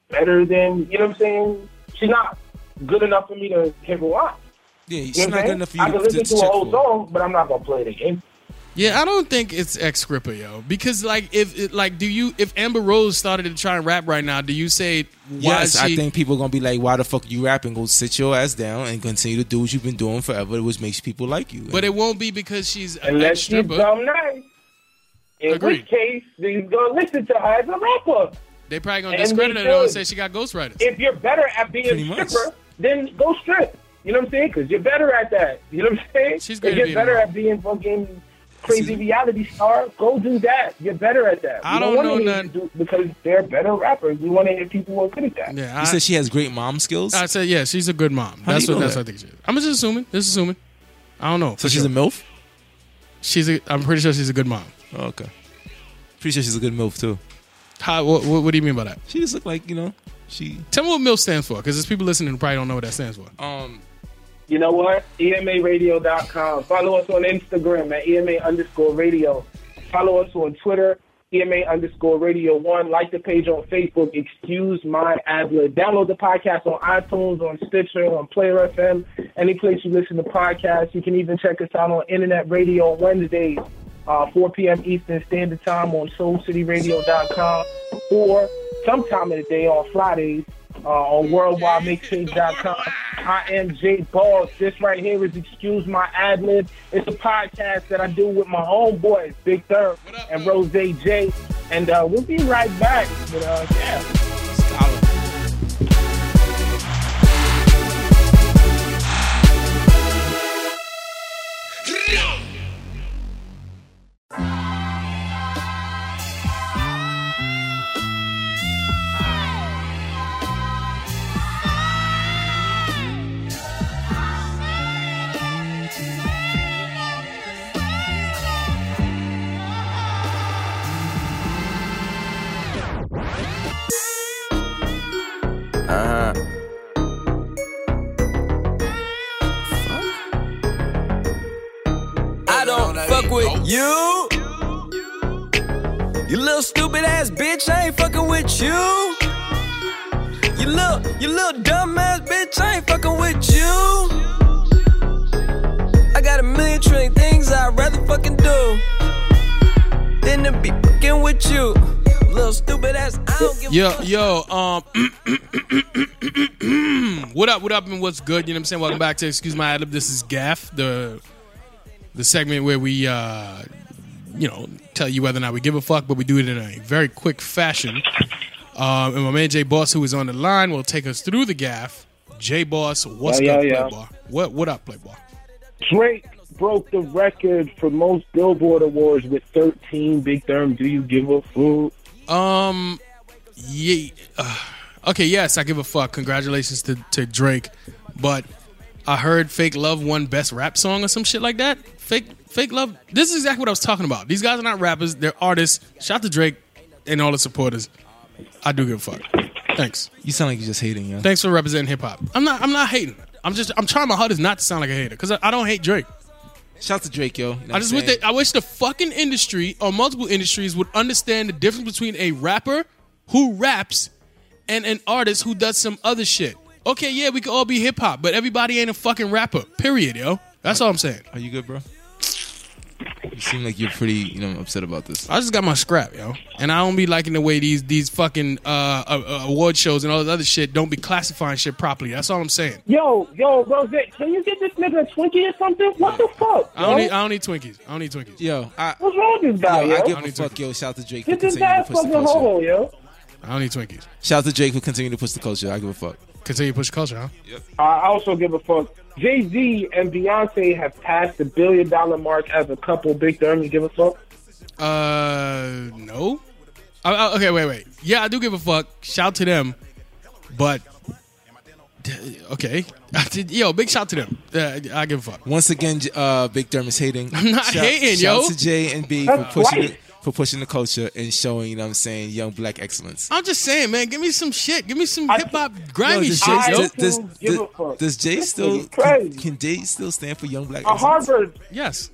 better than you know what I'm saying. She's not good enough for me to hit rewind. yeah, You she's know what not I'm good saying? enough for I can you to, to listen check to an old for. song, but I'm not gonna play it again. Yeah, I don't think it's ex Crippa, yo. Because like, if it, like, do you if Amber Rose started to try and rap right now, do you say why Yes, is she? I think people are gonna be like, "Why the fuck you rapping? Go sit your ass down and continue to do what you've been doing forever, which makes people like you." but it won't be because she's an Unless ex she's stripper. dumb nice. In Agreed. which case, they're gonna listen to her as a rapper. They probably gonna and they discredit her though and should. say she got ghostwriters. If you're better at being Pretty a much. stripper, then go strip. You know what I'm saying? Because you're better at that. You know what I'm saying? She's good if at you're being better a- at being fucking crazy reality star, go do that. You're better at that. I We don't wanna know hear you none- do- because they're better rappers. We want to hear people who are good at that. yeah, you I, said she has great mom skills, I said yeah, she's a good mom. How do that's you what know that's that? what I think she is. I'm just assuming. Just assuming. I don't know. so she's a milf. she's a, I'm pretty sure she's a good mom. Oh, okay, pretty sure she's a good milf too. How? What, what, what do you mean by that? She just looked like you know she. Tell me what MILF stands for, because there's people listening who probably don't know what that stands for. Um, You know what? E EMARadio.com. Follow us on Instagram at EMA underscore radio. Follow us on Twitter, EMA underscore radio one. Like the page on Facebook, Excuse My Adler. Download the podcast on iTunes, on Stitcher, on Player FM, any place you listen to podcasts. You can even check us out on Internet Radio on Wednesdays, uh, 4 p.m. Eastern Standard Time on SoulCityRadio.com or sometime in the day on Fridays uh, on worldwidemixtape.com. I am Jay Balls. This right here is Excuse My Ad Lib. It's a podcast that I do with my homeboys, Big Thurb up, and though? Rose J. And uh, we'll be right back. But, uh, yeah. I don't fuck with you. You little stupid ass bitch, I ain't fucking with you. You little, you little dumb ass bitch, I ain't fucking with you. I got a million trillion things I'd rather fucking do than to be fucking with you. Little stupid ass, I don't give a Yo, fuck. yo, um, what up, what up, and what's good? You know what I'm saying? Welcome back to Excuse My Adlib. This is Gaff, the the segment where we, uh, you know, tell you whether or not we give a fuck, but we do it in a very quick fashion. Um, and my man Jay Boss, who is on the line, will take us through the gaff. Jay Boss, what's Yo, yo, good, yo. Playboy? What what up, Playboy? Drake broke the record for most Billboard Awards with 13. Big Therm, do you give a food? Um, yeah. uh, okay, yes, I give a fuck. Congratulations to, to Drake, but I heard "Fake Love" won best rap song or some shit like that. Fake Fake Love. This is exactly what I was talking about. These guys are not rappers; they're artists. Shout out to Drake and all the supporters. I do give a fuck. Thanks. you sound like you're just hating, yo. Thanks for representing hip hop. I'm not. I'm not hating. I'm just. I'm trying my hardest not to sound like a hater because I, I don't hate Drake. Shout out to Drake, yo. You know what I I'm just wish saying? that I wish the fucking industry or multiple industries would understand the difference between a rapper who raps and an artist who does some other shit. Okay, yeah, we could all be hip hop, but everybody ain't a fucking rapper. Period, yo. That's all I'm saying. Are you good, bro? You seem like you're pretty, you know, upset about this. I just got my scrap, yo, and I don't be liking the way these these fucking uh, uh, uh, award shows and all this other shit don't be classifying shit properly. That's all I'm saying. Yo, yo, Rose, can you get this nigga a Twinkie or something? What the fuck? I don't yo? need I don't need Twinkies. I don't need Twinkies. Yo, I, What's wrong with this yo, guy, yo? I give don't a need fuck, yo. Shout out to Drake. for Get this continuing to ass push the fucking culture. hole, yo. I don't need Twinkies. Shout out to Drake for continuing to push the culture. I give a fuck. Continue to push culture, huh? I also give a fuck. Jay Z and Beyonce have passed the billion dollar mark as a couple. Big Durham, you give a fuck? Uh, no. I, I- okay, wait, wait. Yeah, I do give a fuck. Shout to them, but d- okay. I did- Yo, big shout to them. Uh, I give a fuck. Once again, J- uh, Big Derm is hating. I'm not hating, shout yo. Shout to J and B for That's pushing, right. the, for pushing the culture and showing, you know what I'm saying, young black excellence. I'm just saying, man. Give me some shit. Give me some I- hip hop grimy does, shit. Jay, I yo. does, don't does, give a does- fuck. does Jay This still nigga's crazy. can, can Jay still stand for young black A excellence? Harvard Yes.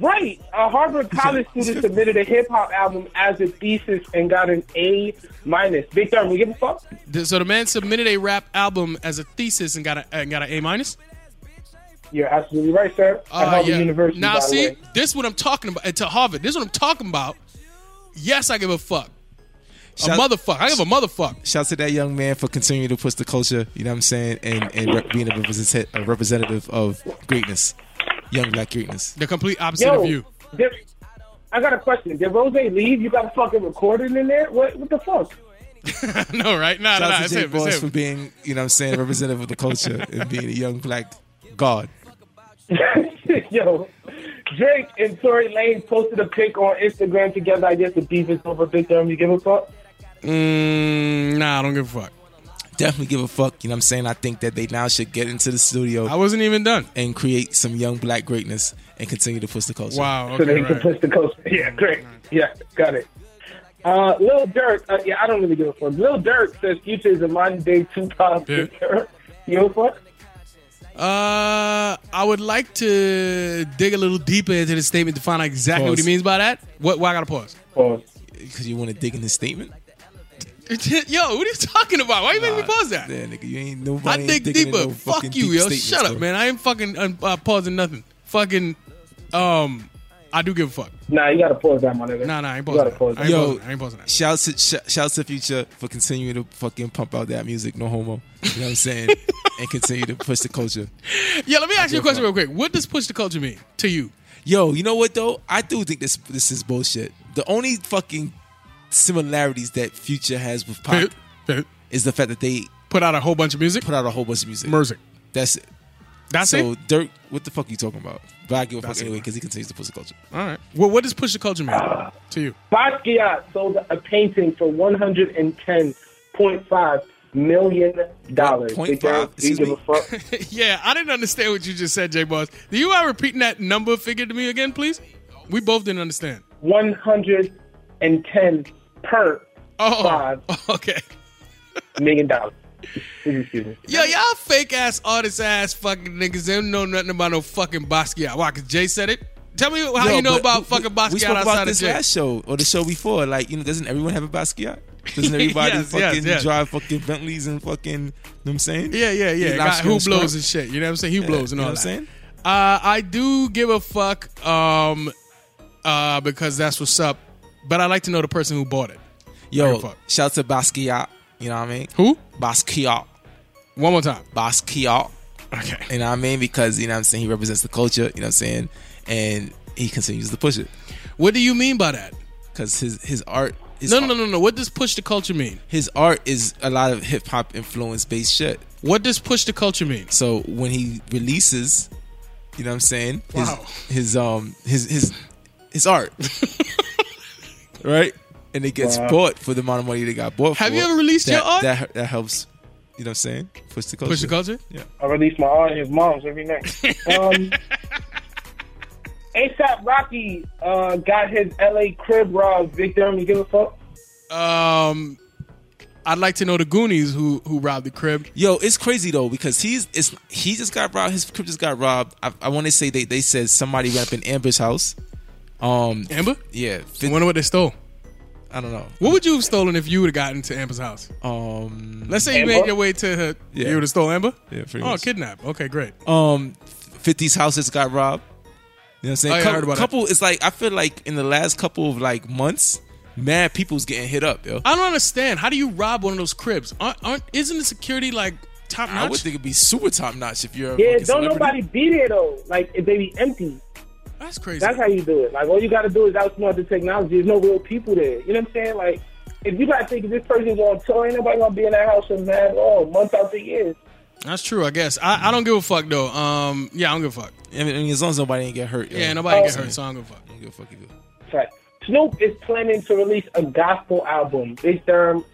Right. A Harvard college student submitted a hip hop album as a thesis and got an A minus. Big Thurman, you give a fuck? Th- So the man submitted a rap album as a thesis and got a and got an A minus. You're absolutely right, sir. At Uh, Harvard yeah. University. Now by the see, way. this what I'm talking about. uh, To Harvard, this is what I'm talking about. Yes, I give a fuck. A Shout- motherfucker. I give a motherfucker. Shout out to that young man for continuing to push the culture, you know what I'm saying, and, and rep- being a, represent- a representative of greatness, young black greatness. The complete opposite Yo, of you. did- I got a question. Did Rose leave? You got a fucking recording in there? What What the fuck? no, right? Nah, nah, Shout nah. out to It's Jay him. It's Boss for him. being, you know what I'm saying, a representative of the culture and being a young black god. Yo, Drake and Tory Lane posted a pic on Instagram together. I guess the beef is over. Big Thurman, you give a fuck? Mm, nah, I don't give a fuck. Definitely give a fuck, you know what I'm saying? I think that they now should get into the studio I wasn't even done. and create some young black greatness and continue to push the culture. Wow. so they Okay, can right. push the coast. Yeah, great. Yeah, got it. Uh, Lil Durk, uh, yeah, I don't really give a fuck. Lil Durk says Future is a modern day Tupac. Yeah. You know what? Uh, I would like to dig a little deeper into the statement to find out exactly what he Pause. means by that. What? Why I gotta pause? Pause. Because you want to dig in his statement? Yo, what are you talking about? Why you making me Nah, pause that? Yeah, nigga, you ain't nobody. I ain't dig digging in deeper. no Fuck fucking you, deep yo. statements, Shut up, bro. man. I ain't fucking un- uh, pausing nothing. Fucking, um, I do give a fuck. Nah, you gotta pause that, my nigga. Nah, nah, I ain't You gotta pausing. pause that. I ain't that. Yo. pausing. that. I ain't pausing that. Shouts to sh- shouts to Future for continuing to fucking pump out that music, no homo. You know what I'm saying? and continue to push the culture. Yeah, let me ask you a give a question real fuck. quick. What does push the culture mean to you? Yo, you know what though? I do think this this is bullshit. The only fucking similarities that Future has with Pac is the fact that they Put out a whole bunch of music. put out a whole bunch of music. Music. That's it. That's so it. Dirk, what the fuck are you talking about? But I give a That's fuck it, anyway bro. because he continues to push the culture. All right. Well, what does push the culture mean to you? Basquiat sold a painting for one hundred and ten point five million dollars. Point Big Durk, five? do you Excuse give me? a fuck? yeah, I didn't understand what you just said, J Boss. Do you mind repeating that number figure to me again, please? We both didn't understand. One hundred and ten per Oh, Five. okay. million dollars. Excuse me. Yo, y'all fake ass artist ass fucking niggas. They don't know nothing about no fucking Basquiat. Why? Cause Jay said it. Tell me how Yo, you know but about we- fucking we- Basquiat We spoke outside about of this Jay. last show or the show before. Like, you know, doesn't everyone have a Basquiat? Doesn't everybody Yes, yes, fucking yes. drive fucking Bentleys and fucking, you know what I'm saying? Yeah, yeah, yeah. He Got lobster who and sperm. blows and shit. You know what I'm saying? Who blows and you all know what I'm that. saying? Uh, I do give a fuck um, uh, because that's what's up. But I like to know the person who bought it. Like a Yo, fuck. shout to Basquiat. You know what I mean? Who? Basquiat. One more time. Basquiat. Okay. You know what I mean? Because, you know what I'm saying? He represents the culture, you know what I'm saying? And he continues to push it. What do you mean by that? Because his, his art. His No, art, no, no, no, no. What does push the culture mean? His art is a lot of hip hop influence based shit. What does push the culture mean? So when he releases, you know what I'm saying? His, Wow. his um his his his art. right? And it gets bought for the amount of money they got bought Have for. you ever released that, your art? That that helps, you know what I'm saying? Push the culture. Push the culture? I release my art and his mom's every night. Um, ASAP Rocky uh, got his LA crib robbed. Big Durham, you give a fuck? Um, I'd like to know the Goonies who who robbed the crib. Yo, it's crazy though because he's it's he just got robbed. His crib just got robbed. I, I want to say they they said somebody went up in Amber's house. Um, Amber? yeah, I fif- wonder what they stole. I don't know. What would you have stolen if you would have gotten to Amber's house? Um, Let's say you made Amber? your way to her. Yeah. You would have stole Amber? Yeah, pretty Oh, much. kidnap. Okay, great. um, 50's house just got robbed. You know what I'm saying? Oh, yeah, I couple, heard about that. couple it's like I feel like in the last couple of like months, mad people's getting hit up. Yo, I don't understand. How do you rob one of those cribs? Aren't, aren't isn't the security like top I would notch? think it'd be super top notch if you're a Yeah, fucking don't celebrity. nobody be there though. Like if they be empty, That's crazy. that's how you do it. Like all you gotta do is outsmart the technology. There's no real people there. You know what I'm saying? Like if you gotta think this person's on tour, ain't nobody gonna be in that house for mad long, month after year. That's true. I guess I, I don't give a fuck though. Um, yeah, I don't give a fuck. I mean, I mean, as long as nobody ain't get hurt. yo. Yeah, nobody get Same. hurt, so I don't give a fuck. I don't give a fuck either. Fact. Snoop is planning to release a gospel album. Big Durham,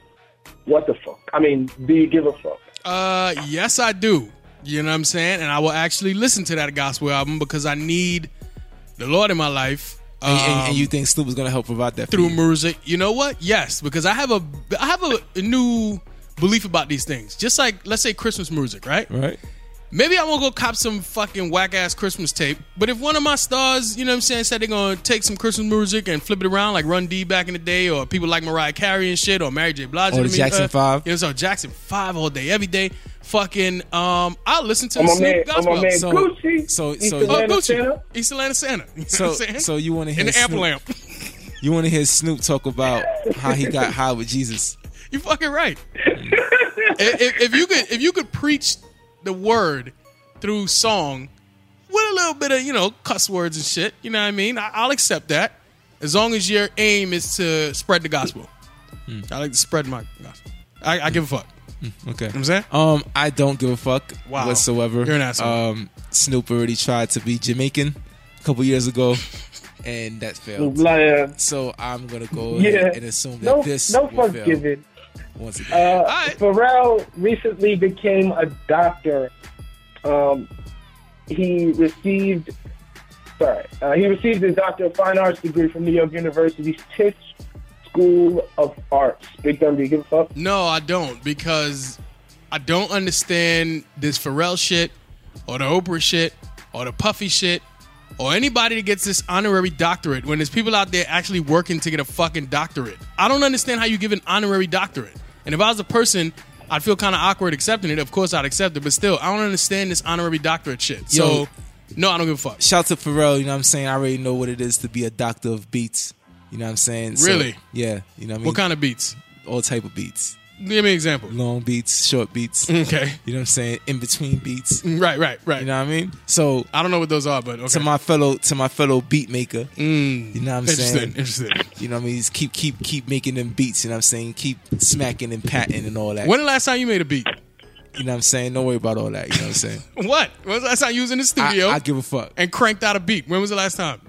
what the fuck? I mean, do you give a fuck? Uh, yes, I do. You know what I'm saying? And I will actually listen to that gospel album because I need the Lord in my life And, and- and you think Snoop is gonna help provide that for Um, through you? music. You know what? Yes, because I have a I have a new belief about these things. Just like let's say Christmas music, right? right? Maybe I won't go cop some fucking whack ass Christmas tape, but if one of my stars, you know what I'm saying, said they're gonna take some Christmas music and flip it around like Run D back in the day, or people like Mariah Carey and shit, or Mary J. Blige, Or you know what the I mean? Jackson Uh, Five. you know, so Jackson Five all day, every day. Fucking, um, I'll listen to I'm the a man. Snoop I'm a Gospel. man. So- Gucci. so- East so- Oh, Atlanta Gucci, Center. East Atlanta Santa. You know So- what I'm saying? so you wanna hear in the Snoop- ample amp? You want to hear Snoop talk about how he got high with Jesus? You fucking right. if, if- if you could, if you could preach the word through song with a little bit of you know cuss words and shit, you know what I mean? I, I'll accept that as long as your aim is to spread the gospel. I like to spread my gospel. I, I give a fuck. Okay, I'm saying? um, I don't give a fuck Wow. whatsoever. You're an asshole. Um, Snoop already tried to be Jamaican a couple years ago, and that failed. Like, uh, So I'm gonna go yeah. ahead and assume that No, this no will fuck fail given. once again. Uh, right. Pharrell recently became a doctor. Um, he received, sorry, uh, he received his Doctor of Fine Arts degree from New York University's Tisch School of Arts. Big Dumb, do you give a fuck? No, I don't because I don't understand this Pharrell shit or the Oprah shit or the Puffy shit or anybody that gets this honorary doctorate when there's people out there actually working to get a fucking doctorate. I don't understand how you give an honorary doctorate. And if I was a person, I'd feel kind of awkward accepting it. Of course, I'd accept it, but still, I don't understand this honorary doctorate shit. Yo. So, no, I don't give a fuck. Shout to Pharrell, you know what I'm saying? I already know what it is to be a doctor of beats. You know what I'm saying? So, Really? yeah. You know what I mean? What kind of beats? all type of beats. Give me an example. Long beats, short beats. you know Okay. what I'm saying? In between beats. You Right, right, right. know what I mean? So I don't know what those are, but okay. to my fellow to my fellow beat maker, you know what I'm Mm. interesting, saying? interesting. You know what I mean? Just keep keep keep making them beats, you know what I'm saying? Keep smacking and patting and all that. When the last time you made a beat? You know what I'm saying? Don't worry about all that, you know what I'm saying? What? When was the last time you was in the I, studio I give a fuck. and cranked out a beat? When was the last time?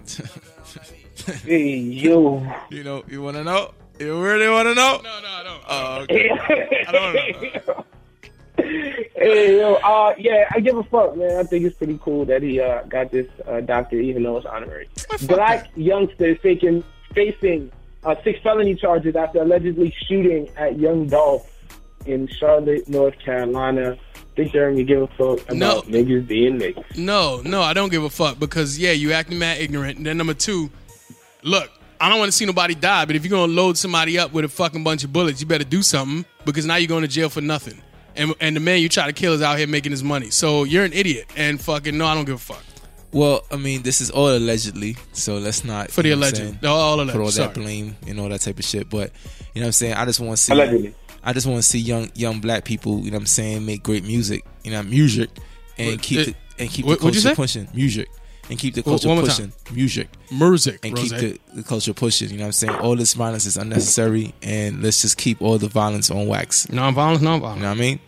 Hey, yo. You know, you wanna know? You really wanna know? No, no, I don't. Uh, okay. I don't know. Hey, yo, uh, yeah, I give a fuck, man. I think it's pretty cool that he uh, got this uh, doctor, even though it's honorary. Black youngster is facing, facing uh, six felony charges after allegedly shooting at Young Dolph in Charlotte, North Carolina. Big Jeremy, you give a fuck about No. niggas being niggas. No, no, I don't give a fuck because yeah, you acting mad ignorant. And then number two, look, I don't want to see nobody die, but if you're gonna load somebody up with a fucking bunch of bullets, you better do something because now you're going to jail for nothing. And and the man you try to kill is out here making his money. So you're an idiot. And fucking no, I don't give a fuck Well, I mean, this is all allegedly, so let's not for the you know what I'm alleged, saying, all put all alleged. that Sorry. blame and all that type of shit. But you know what I'm saying? I just want to see Allegedly. I just want to see young young black people, you know what I'm saying, make great music, you know, music and What- keep it- the, and keep what- the what'd you culture say? pushing. Music and keep the One- culture one more pushing. time. Music Music and Rose. keep the, the culture pushing, you know what I'm saying? All this violence is unnecessary and let's just keep all the violence on wax. nonviolence, nonviolence. You know what I mean?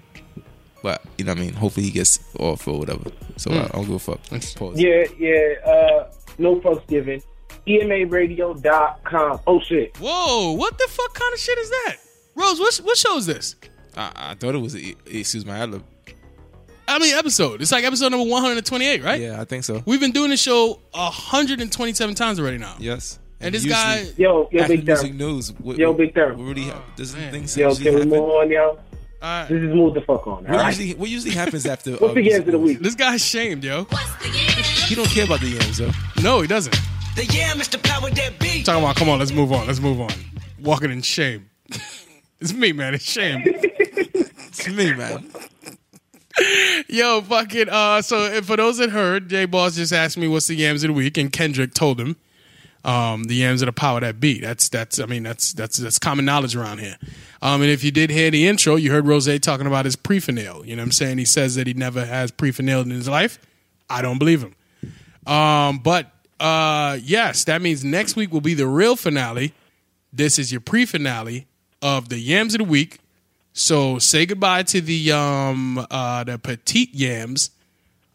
But you know what I mean? Hopefully he gets off or whatever. So Hmm. I don't give a fuck. Pause. Yeah, yeah, uh, no fucks given. E EMARadio.com. Oh, shit. Whoa, what the fuck kind of shit is that? Rose, what, what show is this? I, I thought it was a, excuse my ad lib. I mean, episode. It's like episode number 128, right? Yeah, I think so. We've been doing this show 127 times already now. Yes. And this usually guy, Yo, yo, after Big music Dumb. news, we, Yo, we- Big Term. We already have doesn't Oh, man. things Yo, usually can we happen. move on, yo? all right, This is move the fuck on, all What right? usually what usually happens after What's the games of the week? this guy's shamed, yo. He don't care about the yams though. No, he doesn't. The yeah, Mr. Power that beat. Talking about, come on, let's move on. Let's move on. Walking in shame. it's me, man. It's shame. It's me, man. Yo, fucking. Uh, so if- for those that heard, Jay Boss just asked me what's the yams of the week, and Kendrick told him um, the yams of the power that beat. That's that's. I mean, that's that's that's common knowledge around here. Um, and if you did hear the intro, you heard Rose talking about his prefinail. You know what I'm saying? He says that he never has prefinail in his life. I don't believe him. Um, but uh, yes, that means next week will be the real finale. This is your pre-finale of the yams of the week. So say goodbye to the um uh the petite yams.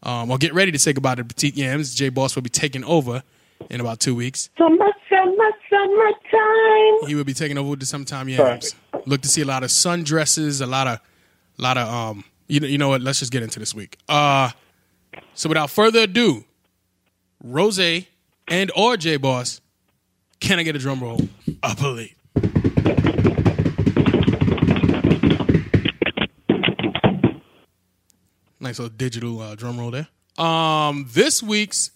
Um, or get ready to say goodbye to the petite yams. J Boss will be taking over in about two weeks. Summer, summer, summertime. He will be taking over with the sometime yams. Look to see a lot of sundresses, a lot of, lot of um. You know, you know what? Let's just get into this week. Uh, so without further ado, Rose and or J Boss, Can I get a drum roll? A plate. Nice little digital uh, drum roll there. Um, this week's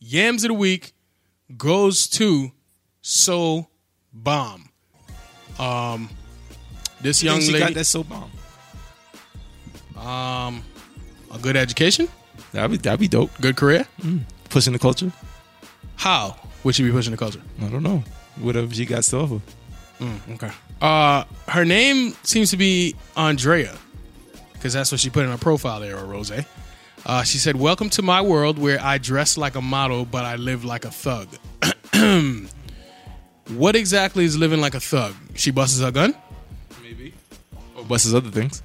Yams of the Week goes to Soul Bomb. Um, this young Think she lady, got that so bomb. a good education, That'd be that'd be dope. good career. Pushing the culture. How would she be pushing the culture? I don't know. Whatever she got to offer. Okay. Uh, her name seems to be Andrea, because that's what she put in her profile there, or Rose. Uh, she said, "Welcome to my world where I dress like a model, but I live like a thug." what exactly is living like a thug? She busts her gun, Maybe. Or buses other things.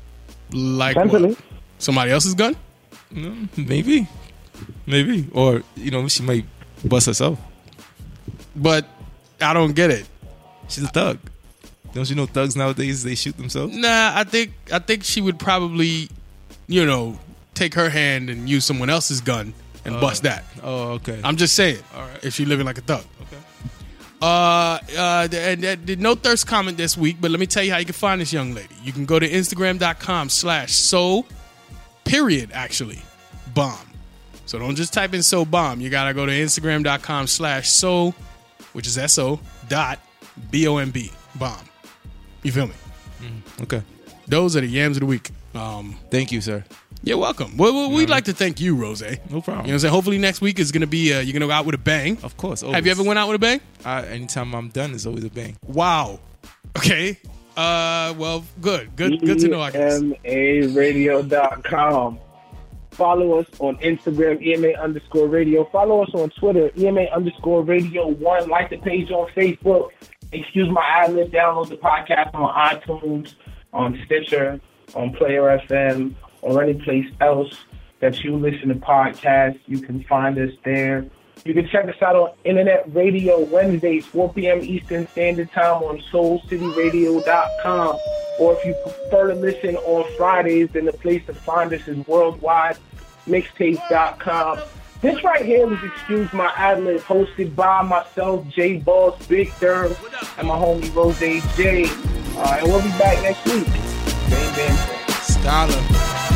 like Essentially. what? somebody else's gun. Maybe. Maybe. Or you know she might bust herself. But I don't get it. She's a thug. Don't you know thugs nowadays they shoot themselves? Nah, I think I think she would probably, you know, take her hand and use someone else's gun and bust that. Oh, okay. I'm just saying. All right. If she living like a thug. Okay. Uh, uh, th- and that did no thirst comment this week, but let me tell you how you can find this young lady. You can go to Instagram.com slash so period actually bomb. So don't just type in so bomb. You gotta go to Instagram.com slash so, which is S O dot B O M B bomb. You feel me? okay. Those are the yams of the week. Um, Thank you, sir. you're welcome. Well, well we'd like to thank you, Rose. You know No problem. what I'm saying? Hopefully next week is gonna be uh, you're gonna go out with a bang. of course. Have you ever went out with a bang? I, anytime I'm done, it's always a bang. Wow. Okay. Uh. Well. Good. Good. Good to know. I um, guess. E EMARadio.com. Follow us on Instagram, EMA underscore radio. Follow us on Twitter, EMA underscore radio one. Like the page on Facebook. Excuse my ad lib. Download the podcast on iTunes, on Stitcher, on Player FM, or any place else that you listen to podcasts. You can find us there. You can check us out on Internet Radio Wednesdays, 4 p.m. Eastern Standard Time on SoulCityRadio.com. Or if you prefer to listen on Fridays, then the place to find us is worldwide mixtape.com. This right here was Excuse My Adlib, hosted by myself, J Boss, Big Durham, and my homie Rose J. Uh, and we'll be back next week. Bang, bang, bang. Scholar.